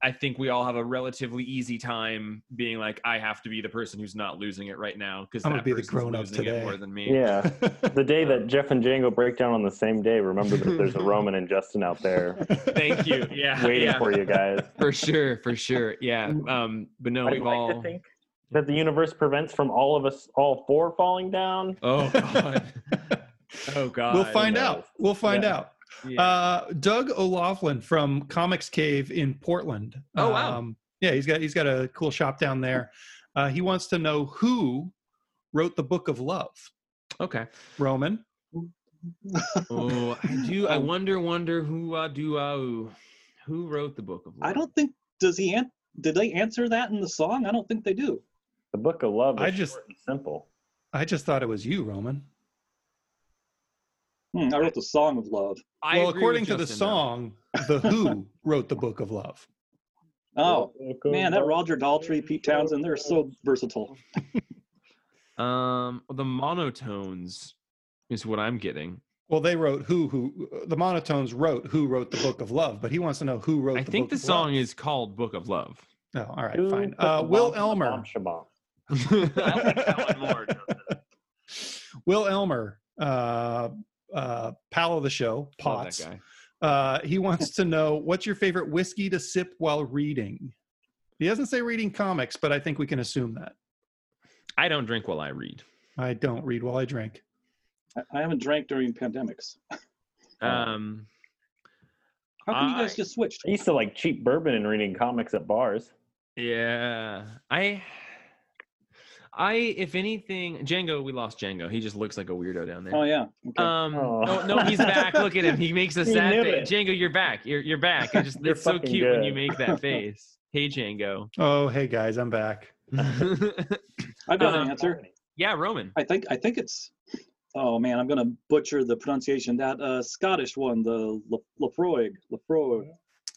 S3: I think we all have a relatively easy time being like, I have to be the person who's not losing it right now because
S1: I'm gonna
S3: that
S1: be the
S3: person's
S1: grown-up
S3: losing it
S1: today.
S3: more than me.
S4: Yeah. The day that Jeff and Django break down on the same day, remember that there's a Roman and Justin out there
S3: Thank you. Yeah.
S4: waiting
S3: yeah.
S4: for you guys.
S3: For sure, for sure. Yeah. Um, but no,
S4: I'd
S3: we've
S4: like to
S3: all
S4: think that the universe prevents from all of us, all four, falling down.
S3: Oh god. Oh god.
S1: we'll find
S4: knows?
S1: out. We'll find
S4: Yeah.
S1: out.
S3: Yeah.
S1: Uh, Doug O'Laughlin from Comics Cave in Portland.
S3: Oh, wow.
S1: Um, yeah, he's got he's got a cool shop down there. Uh, he wants to know who wrote the Book of Love. uh,
S3: okay.
S1: Roman.
S3: Oh, I do. I
S2: Um,
S3: wonder, wonder who uh, do uh, who- who wrote the book of love?
S2: I don't think does he an- did they answer that in the song? I don't think they do.
S4: The book of love is
S1: I just-
S4: short and simple.
S1: I just thought it was you, Roman.
S2: Hmm, I wrote the song of love.
S3: I
S1: well,
S3: agree
S1: according
S3: with
S1: to the
S3: Justin, though.
S1: song, the Who wrote the Book of Love.
S2: Oh
S4: Book of
S2: man, that
S4: love.
S2: Roger Daltrey, Pete Townsend, they're so versatile.
S3: Um, the monotones is what I'm getting.
S1: Well, they wrote who who the monotones wrote who wrote the book of love, but he wants to know who wrote.
S3: I
S1: the
S3: think
S1: book of
S3: the song
S1: Love.
S3: is called "Book of Love."
S1: No, all right,
S4: Who
S1: fine.
S4: put
S1: Uh,
S4: the
S1: Will
S4: bomb in the
S1: Elmer.
S4: bomb shabam?
S3: I like that one more.
S1: Will Elmer, uh, uh, pal of the show,
S3: Love
S1: Potts.
S3: that guy.
S1: Uh, he wants to know what's your favorite whiskey to sip while reading. He doesn't say reading comics, but I think we can assume that.
S3: I don't drink while I read.
S1: I don't read while I drink.
S2: I, I haven't drank during pandemics.
S3: Um,
S2: How come you guys
S3: I-
S2: just switched?
S4: I used to like cheap bourbon and reading comics at bars.
S3: yeah, I, I, if anything, Django, we lost Django. He just looks like a weirdo down there.
S2: Oh yeah. Okay.
S3: Um,
S4: Oh.
S3: no, no, he's back. Look at him. He makes a
S4: He
S3: sad
S4: knew
S3: face.
S4: it.
S3: Django, you're back. You're you're back. It's just
S4: You're
S3: it's so
S4: fucking
S3: cute when you
S4: good.
S3: make that face. Hey, Django.
S1: Oh, hey guys, I'm back.
S2: I've got
S3: um,
S2: an answer.
S3: yeah, Roman.
S2: I think I think it's. Oh man, I'm gonna butcher the pronunciation. That uh, Scottish one, the Laf- Lafroig, Lafroig.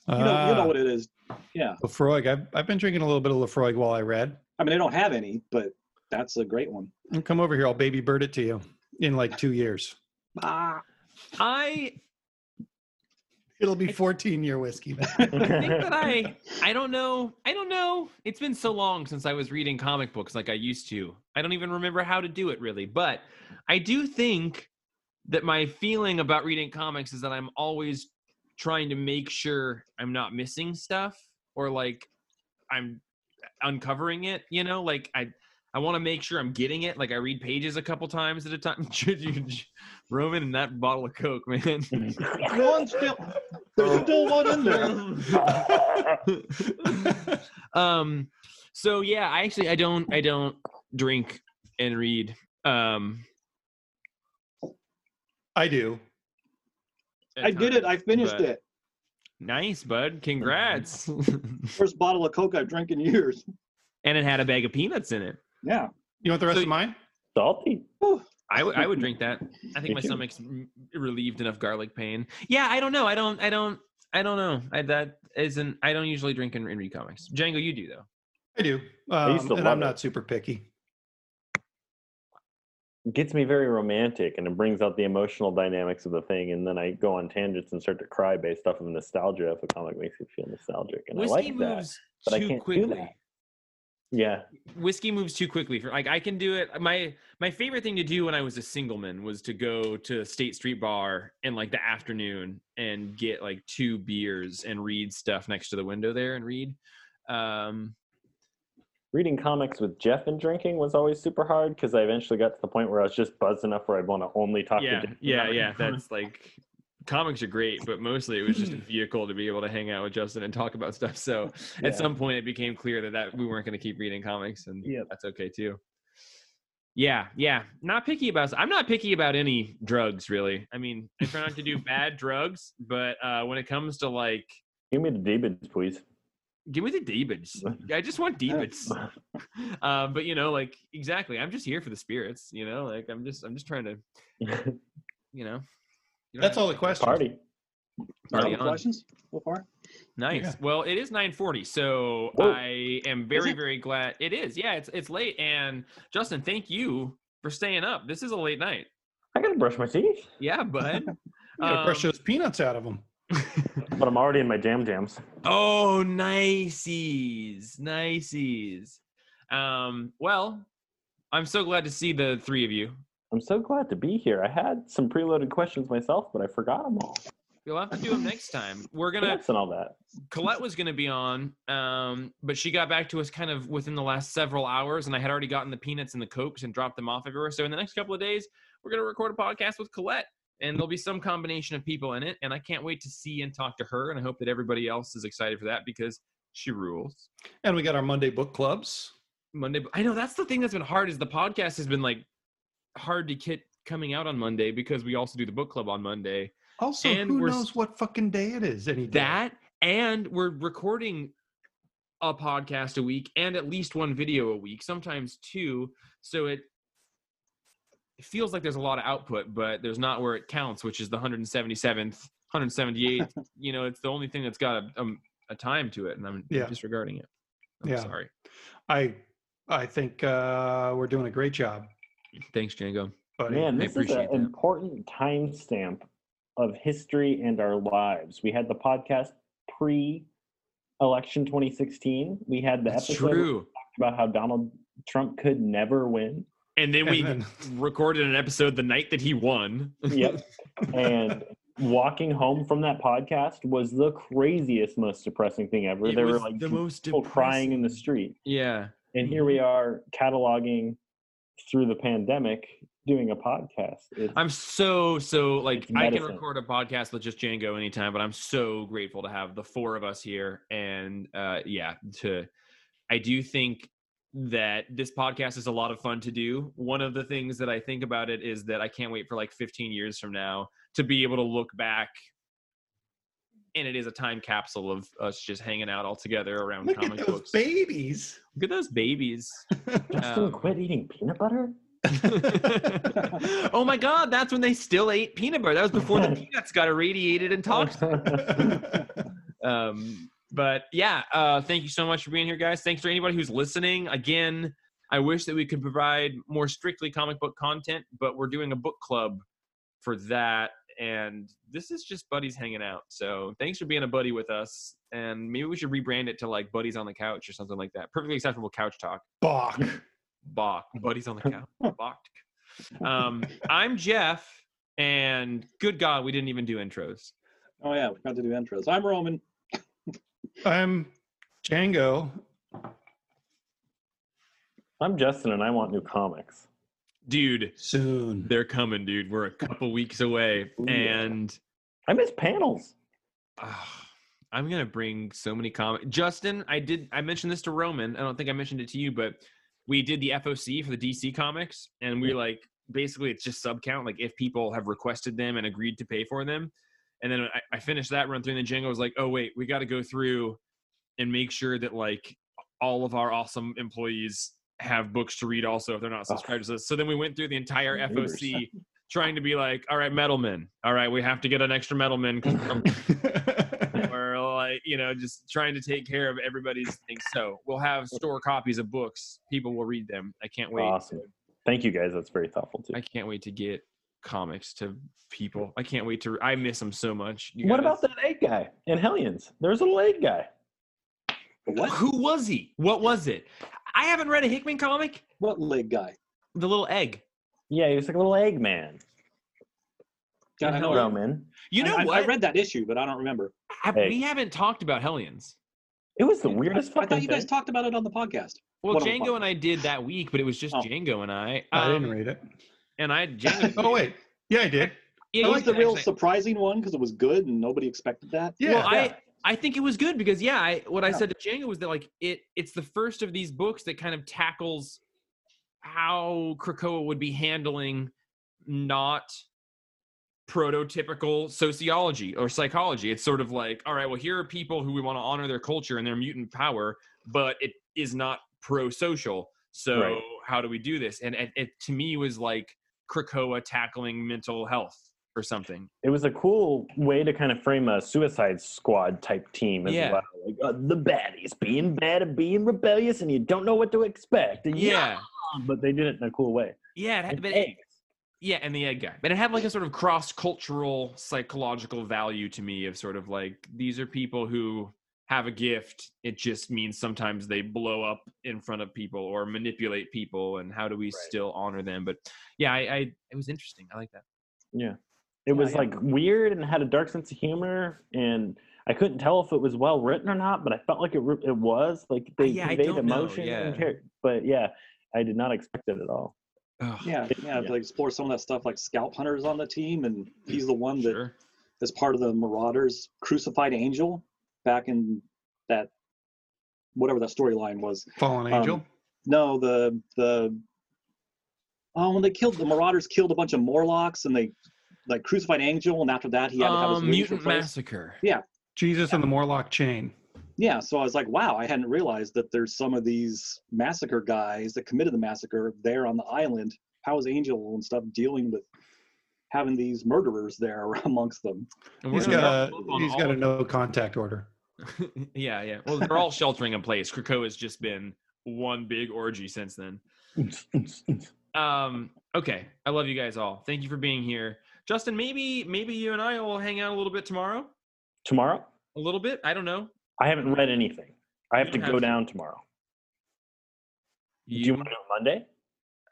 S2: You know, you know what it is. Yeah,
S1: Lafroig. Uh, I've, I've been drinking a little bit of Lafroig while I read.
S2: I mean, they don't have any, but that's a great one.
S1: I'll come over here. I'll baby bird it to you in like two years.
S2: Ah,
S3: I
S1: It'll be 14 year whiskey. then.
S3: think that I I don't know. I don't know. It's been so long since I was reading comic books like I used to. I don't even remember how to do it really. But I do think that my feeling about reading comics is that I'm always trying to make sure I'm not missing stuff or like I'm uncovering it, you know? Like I I want to make sure I'm getting it. Like I read pages a couple times at a time. Roman and that bottle of Coke, man.
S2: one still. There's still one in there.
S3: um so yeah i actually i don't i don't drink and read um
S1: I do.
S3: at
S2: I did it.
S3: times,
S2: I finished
S3: but-
S2: it.
S3: nice bud congrats
S2: First bottle of Coke I've drank in years.
S3: and it had a bag of peanuts in it
S2: Yeah.
S1: You want the rest
S3: So-
S1: of mine?
S4: Salty.
S3: I would- I would drink that i think
S4: Me
S3: my
S4: too.
S3: stomach's m- relieved enough garlic pain yeah i don't know i don't i don't i don't know I, that isn't i don't usually drink and, and read comics django you do though
S1: I do.
S4: used
S1: Um,
S4: to
S1: and I'm
S4: love it.
S1: not super picky.
S4: gets me very romantic and it brings out the emotional dynamics of the thing and then i go on tangents and start to cry based off of nostalgia if a comic makes you feel nostalgic and
S3: whiskey
S4: i like that
S3: moves
S4: but I
S3: too
S4: can't do
S3: quickly
S4: that. Yeah.
S3: whiskey moves too quickly for like I can do it. My my favorite thing to do when I was a singleman was to go to State Street Bar in like the afternoon and get like two beers and read stuff next to the window there and read. Um,
S4: Reading comics with Jeff and drinking was always super hard because I eventually got to the point where I was just buzzed enough where I'd want to only talk
S3: yeah,
S4: to Jeff.
S3: yeah,
S4: about it.
S3: yeah. That's like comics are great, but mostly it was just a
S4: Hmm.
S3: vehicle to be able to hang out with Justin and talk about stuff. So
S4: Yeah.
S3: at some point it became clear that, that we weren't going to keep reading comics and
S4: Yep.
S3: that's okay too yeah yeah not picky about i'm not picky about any drugs really i mean i try not to do bad drugs but uh when it comes to like
S4: Give me the demons, please.
S3: give me the deepage i just want deepage uh, but you know like exactly i'm just here for the spirits you know like i'm just i'm just trying to you know you don't
S1: That's
S3: have-
S1: all the question.
S4: Party.
S3: Party
S2: Other
S3: on.
S2: questions so far?
S3: Nice.
S1: Yeah.
S3: Well, it is 9:40, so
S4: Whoa.
S3: I am very
S2: it?
S3: very glad it is. Yeah, it's it's late and Justin, thank you for staying up. This is a late night.
S4: I gotta brush my teeth,
S3: Yeah, bud.
S1: You gotta brush
S3: Um,
S1: those peanuts out of them.
S4: but I'm already in my jam jams.
S3: oh, niceys. Niceys. Um, well, I'm so glad to see the three of you.
S4: I'm so glad to be here. I had some preloaded questions myself, but I forgot them all.
S3: You'll have to do them next time. We're going to
S4: Notes and all that.
S3: Colette was going to be on, um, but she got back to us kind of within the last several hours, and I had already gotten the peanuts and the cokes and dropped them off everywhere. So in the next couple of days, we're going to record a podcast with Colette, and there'll be some combination of people in it. And I can't wait to see and talk to her, and I hope that everybody else is excited for that because she rules.
S1: And we got our Monday book clubs.
S3: Monday, I know that's the thing that's been hard is the podcast has been like hard to get coming out on Monday because we also do the book club on Monday.
S1: Also,
S3: And
S1: who
S3: we're s-
S1: knows what fucking day it is any day?
S3: that and we're recording a podcast a week and at least one video a week sometimes two so it it feels like there's a lot of output but there's not where it counts which is the 177th 178th you know it's the only thing that's got a, um, a time to it and i'm
S1: Yeah.
S3: disregarding it i'm
S1: Yeah.
S3: sorry
S1: I I think uh, we're doing a great job,
S3: thanks django
S1: buddy.
S4: Man,
S3: I
S4: this is an
S3: appreciate that.
S4: important timestamp of history and our lives. We had the podcast pre election 2016. We had the
S3: that's
S4: episode where we
S3: true
S4: talked about how Donald Trump could never win.
S3: and then
S1: And
S3: we
S1: then-
S3: recorded an episode the night that he won
S4: Yep. and walking home from that podcast was the craziest, most depressing thing ever.
S3: it
S4: there were
S3: was
S4: like
S3: the most
S4: people crying in the
S3: depressing-
S4: street.
S3: yeah
S4: And here we are cataloging through the pandemic doing a podcast. It's,
S3: I'm so so like
S4: It's
S3: I can
S4: medicine.
S3: record a podcast with just Django anytime, but I'm so grateful to have the four of us here. And uh, yeah, to I do think that this podcast is a lot of fun to do. One of the things that I think about it is that I can't wait for like 15 years from now to be able to look back. And it is a time capsule of us just hanging out all together around
S1: Look at
S3: comic
S1: those
S3: books.
S1: babies.
S3: Look at those babies.
S4: Justin
S3: um,
S4: quit eating peanut butter?
S3: oh my god, that's when they still ate peanut butter. That was before the peanuts got irradiated
S4: Oh.
S3: and toxic. Um, but yeah, uh, thank you so much for being here, guys. Thanks to anybody who's listening. Again, I wish that we could provide more strictly comic book content, but we're doing a book club for that. And this is just buddies hanging out. So thanks for being a buddy with us. And maybe we should rebrand it to like buddies on the couch or something like that. Perfectly acceptable couch talk.
S1: Bach.
S3: Bach.
S4: Mm-hmm.
S3: Buddies on the couch. Bach. Um, I'm Jeff, and good God, we didn't even do intros.
S2: Oh yeah, we forgot to do intros. I'm Roman.
S1: I'm Django.
S4: I'm Justin and I want new comics.
S3: Dude,
S1: Soon.
S3: they're coming, dude. We're a couple weeks away,
S4: Ooh, yeah.
S3: and
S4: I miss panels.
S3: ah, I'm gonna bring so many comments. Justin, I did. I mentioned this to Roman. I don't think I mentioned it to you, but we did the FOC for the DC comics, and we like basically it's just sub count, like if people have requested them and agreed to pay for them. And then I, I finished that run through, and then Django was like, "Oh wait, we got to go through and make sure that like all of our awesome employees have books to read also if they're not
S4: Oh.
S3: subscribed to us." So then we went through the entire
S4: Neighbors.
S3: FOC. Trying to be like, all right, Metalman. All right, we have to get an extra Metalman because or like you know just trying to take care of everybody's things so we'll have store copies of books people will read them i can't wait
S4: Awesome. Thank you guys. That's very thoughtful too.
S3: i can't wait to get comics to people i can't wait to i miss them so much You
S4: what
S3: guys-
S4: about that egg guy in Hellions? There's a little egg guy.
S2: But What?
S3: who was he what was it I haven't read a Hickman comic.
S2: What leg guy?
S3: The Little Egg.
S4: Yeah, he was like a little egg man.
S2: God, I know. I-
S4: Roman.
S3: You know
S2: I,
S3: what?
S2: I read that issue, but I don't remember.
S3: I-
S4: Egg.
S3: we haven't talked about Hellions.
S4: It was the
S2: I-
S4: weirdest
S2: I
S4: fucking
S2: thought you guys
S4: thing.
S2: talked about it on the podcast.
S3: Well,
S2: What a
S3: Django
S2: fuck.
S3: and I did that week, but it was just
S2: Oh.
S3: Django and I.
S1: I didn't
S3: Um,
S1: read it.
S3: And I Django.
S1: Oh wait, yeah, I did.
S3: yeah,
S2: It
S3: you
S2: was the
S3: did,
S2: real
S3: actually.
S2: surprising one because it was good and nobody expected that.
S1: Yeah,
S3: well, I I think it was good because yeah, I, what I
S2: Yeah.
S3: said to Django was that like it it's the first of these books that kind of tackles how Krakoa would be handling not prototypical sociology or psychology. It's sort of like, all right, well, here are people who we want to honor their culture and their mutant power, but it is not pro-social. So
S4: Right.
S3: how do we do this? And it, it to me was like Krakoa tackling mental health or something.
S4: It was a cool way to kind of frame a Suicide Squad type team as
S3: Yeah.
S4: well. Like uh, the baddies being bad and being rebellious, and you don't know what to expect. And
S3: Yeah.
S4: but they did it in a cool way.
S3: Yeah, it, had-
S4: And
S3: but it,
S4: eggs.
S3: Yeah, and the egg guy. And it had like a sort of cross cultural psychological value to me of sort of like these are people who have a gift. It just means sometimes they blow up in front of people or manipulate people and how do we still honor them? But yeah, I, I it was interesting. I like that.
S4: It was
S2: yeah.
S4: like weird and had a dark sense of humor, and I couldn't tell if it was well written or not, but I felt like it re- it was like they
S3: yeah, I
S4: conveyed
S3: don't know,
S4: emotion and
S3: yeah.
S4: character. But yeah, I did not expect it at all.
S3: Ugh,
S2: Yeah, yeah,
S4: Yeah.
S2: to explore some of that stuff, like Scalp Hunter's on the team, and he's the one that
S3: sure.
S2: is part of the Marauders crucified angel back in that whatever that storyline was.
S1: Fallen
S2: Um,
S1: Angel.
S2: No, the the oh, when they killed the Marauders, killed a bunch of Morlocks, and they like crucified angel, and after that he had to have his
S3: Um,
S2: wings
S3: mutant
S2: replaced.
S3: massacre.
S1: Jesus and the Morlock Chain.
S2: Yeah, so I was like, wow, I hadn't realized that there's some of these massacre guys that committed the massacre there on the island. How is Angel and stuff dealing with having these murderers there amongst them?
S3: And we're
S1: He's
S3: gonna
S1: got a
S3: follow up on
S1: he's
S3: all
S1: got a
S3: of-
S1: no contact order.
S3: yeah, yeah. Well, they're all sheltering in place. Krakoa has just been one big orgy since then. um okay i love you guys all thank you for being here justin maybe maybe you and i will hang out a little bit tomorrow
S4: tomorrow,
S3: a little bit i don't know
S4: I haven't read anything. I have
S3: don't
S4: to go
S3: have to.
S4: down tomorrow.
S3: you,
S4: Do you want to do it Monday?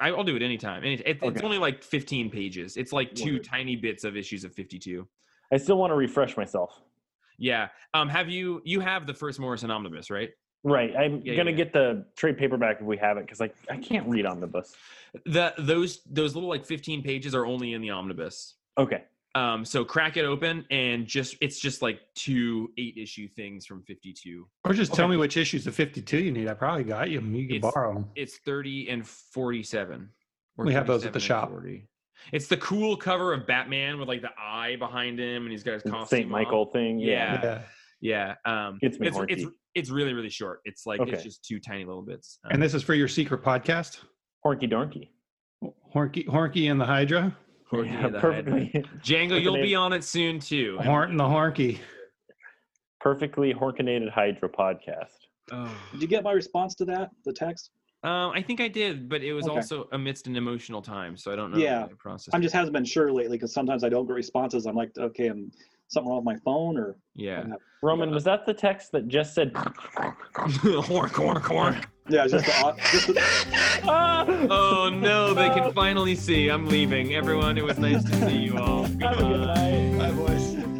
S3: I, i'll do it anytime and it, it, it's
S4: Okay.
S3: only like 15 pages it's like two
S4: Word.
S3: tiny bits of issues of 52
S4: I still want to refresh myself.
S3: yeah um have you you have the first morrison omnibus right
S4: Right. I'm
S3: Yeah, yeah,
S4: gonna
S3: yeah.
S4: get the trade paperback if we have it because I I can't read on the bus.
S3: the those those little like 15 pages are only in the omnibus
S4: Okay.
S3: um so crack it open and just it's just like two eight issue things from 52
S1: Or just tell
S3: Okay.
S1: me which issues of 52 you need. I probably got you. 'em. You can
S3: It's-
S1: borrow them.
S3: it's 30 and 47 or
S1: We have those at the
S3: 37 and
S1: shop.
S3: 40. it's the cool cover of batman with like the eye behind him and he's got his costume
S4: St.
S3: on.
S4: Michael thing. Yeah.
S3: yeah.
S1: Yeah.
S3: yeah um
S4: Gets me
S3: it's, it's
S4: horny.
S3: it's really really short it's like it's
S4: Okay.
S3: just two tiny little bits um,
S1: And this is for your secret podcast,
S4: Horky Dorky.
S1: Horky Horky and the Hydra,
S3: Horky
S4: Yeah,
S3: of the Hydra.
S4: perfectly
S3: django you'll be
S4: Perfect.
S3: on it soon too I mean,
S1: Horn and the Horky.
S4: perfectly horkinated Hydra podcast.
S3: oh.
S2: Did you get my response to that? The text?
S3: um i think i did but it was
S2: Okay.
S3: also amidst an emotional time so i don't know
S2: Yeah.
S3: if I processed
S2: I'm
S3: it.
S2: just hasn't been sure lately because sometimes I don't get responses. I'm like, okay, I'm something wrong with my phone or
S3: yeah
S4: Roman, was that the text that just said?
S3: hork hork hork
S2: yeah, it's just the, au- just the
S4: Ah!
S3: oh no they can finally see i'm leaving everyone it was nice to see you all um,
S4: Have a good
S3: Goodbye.
S4: night.
S1: Bye, boys.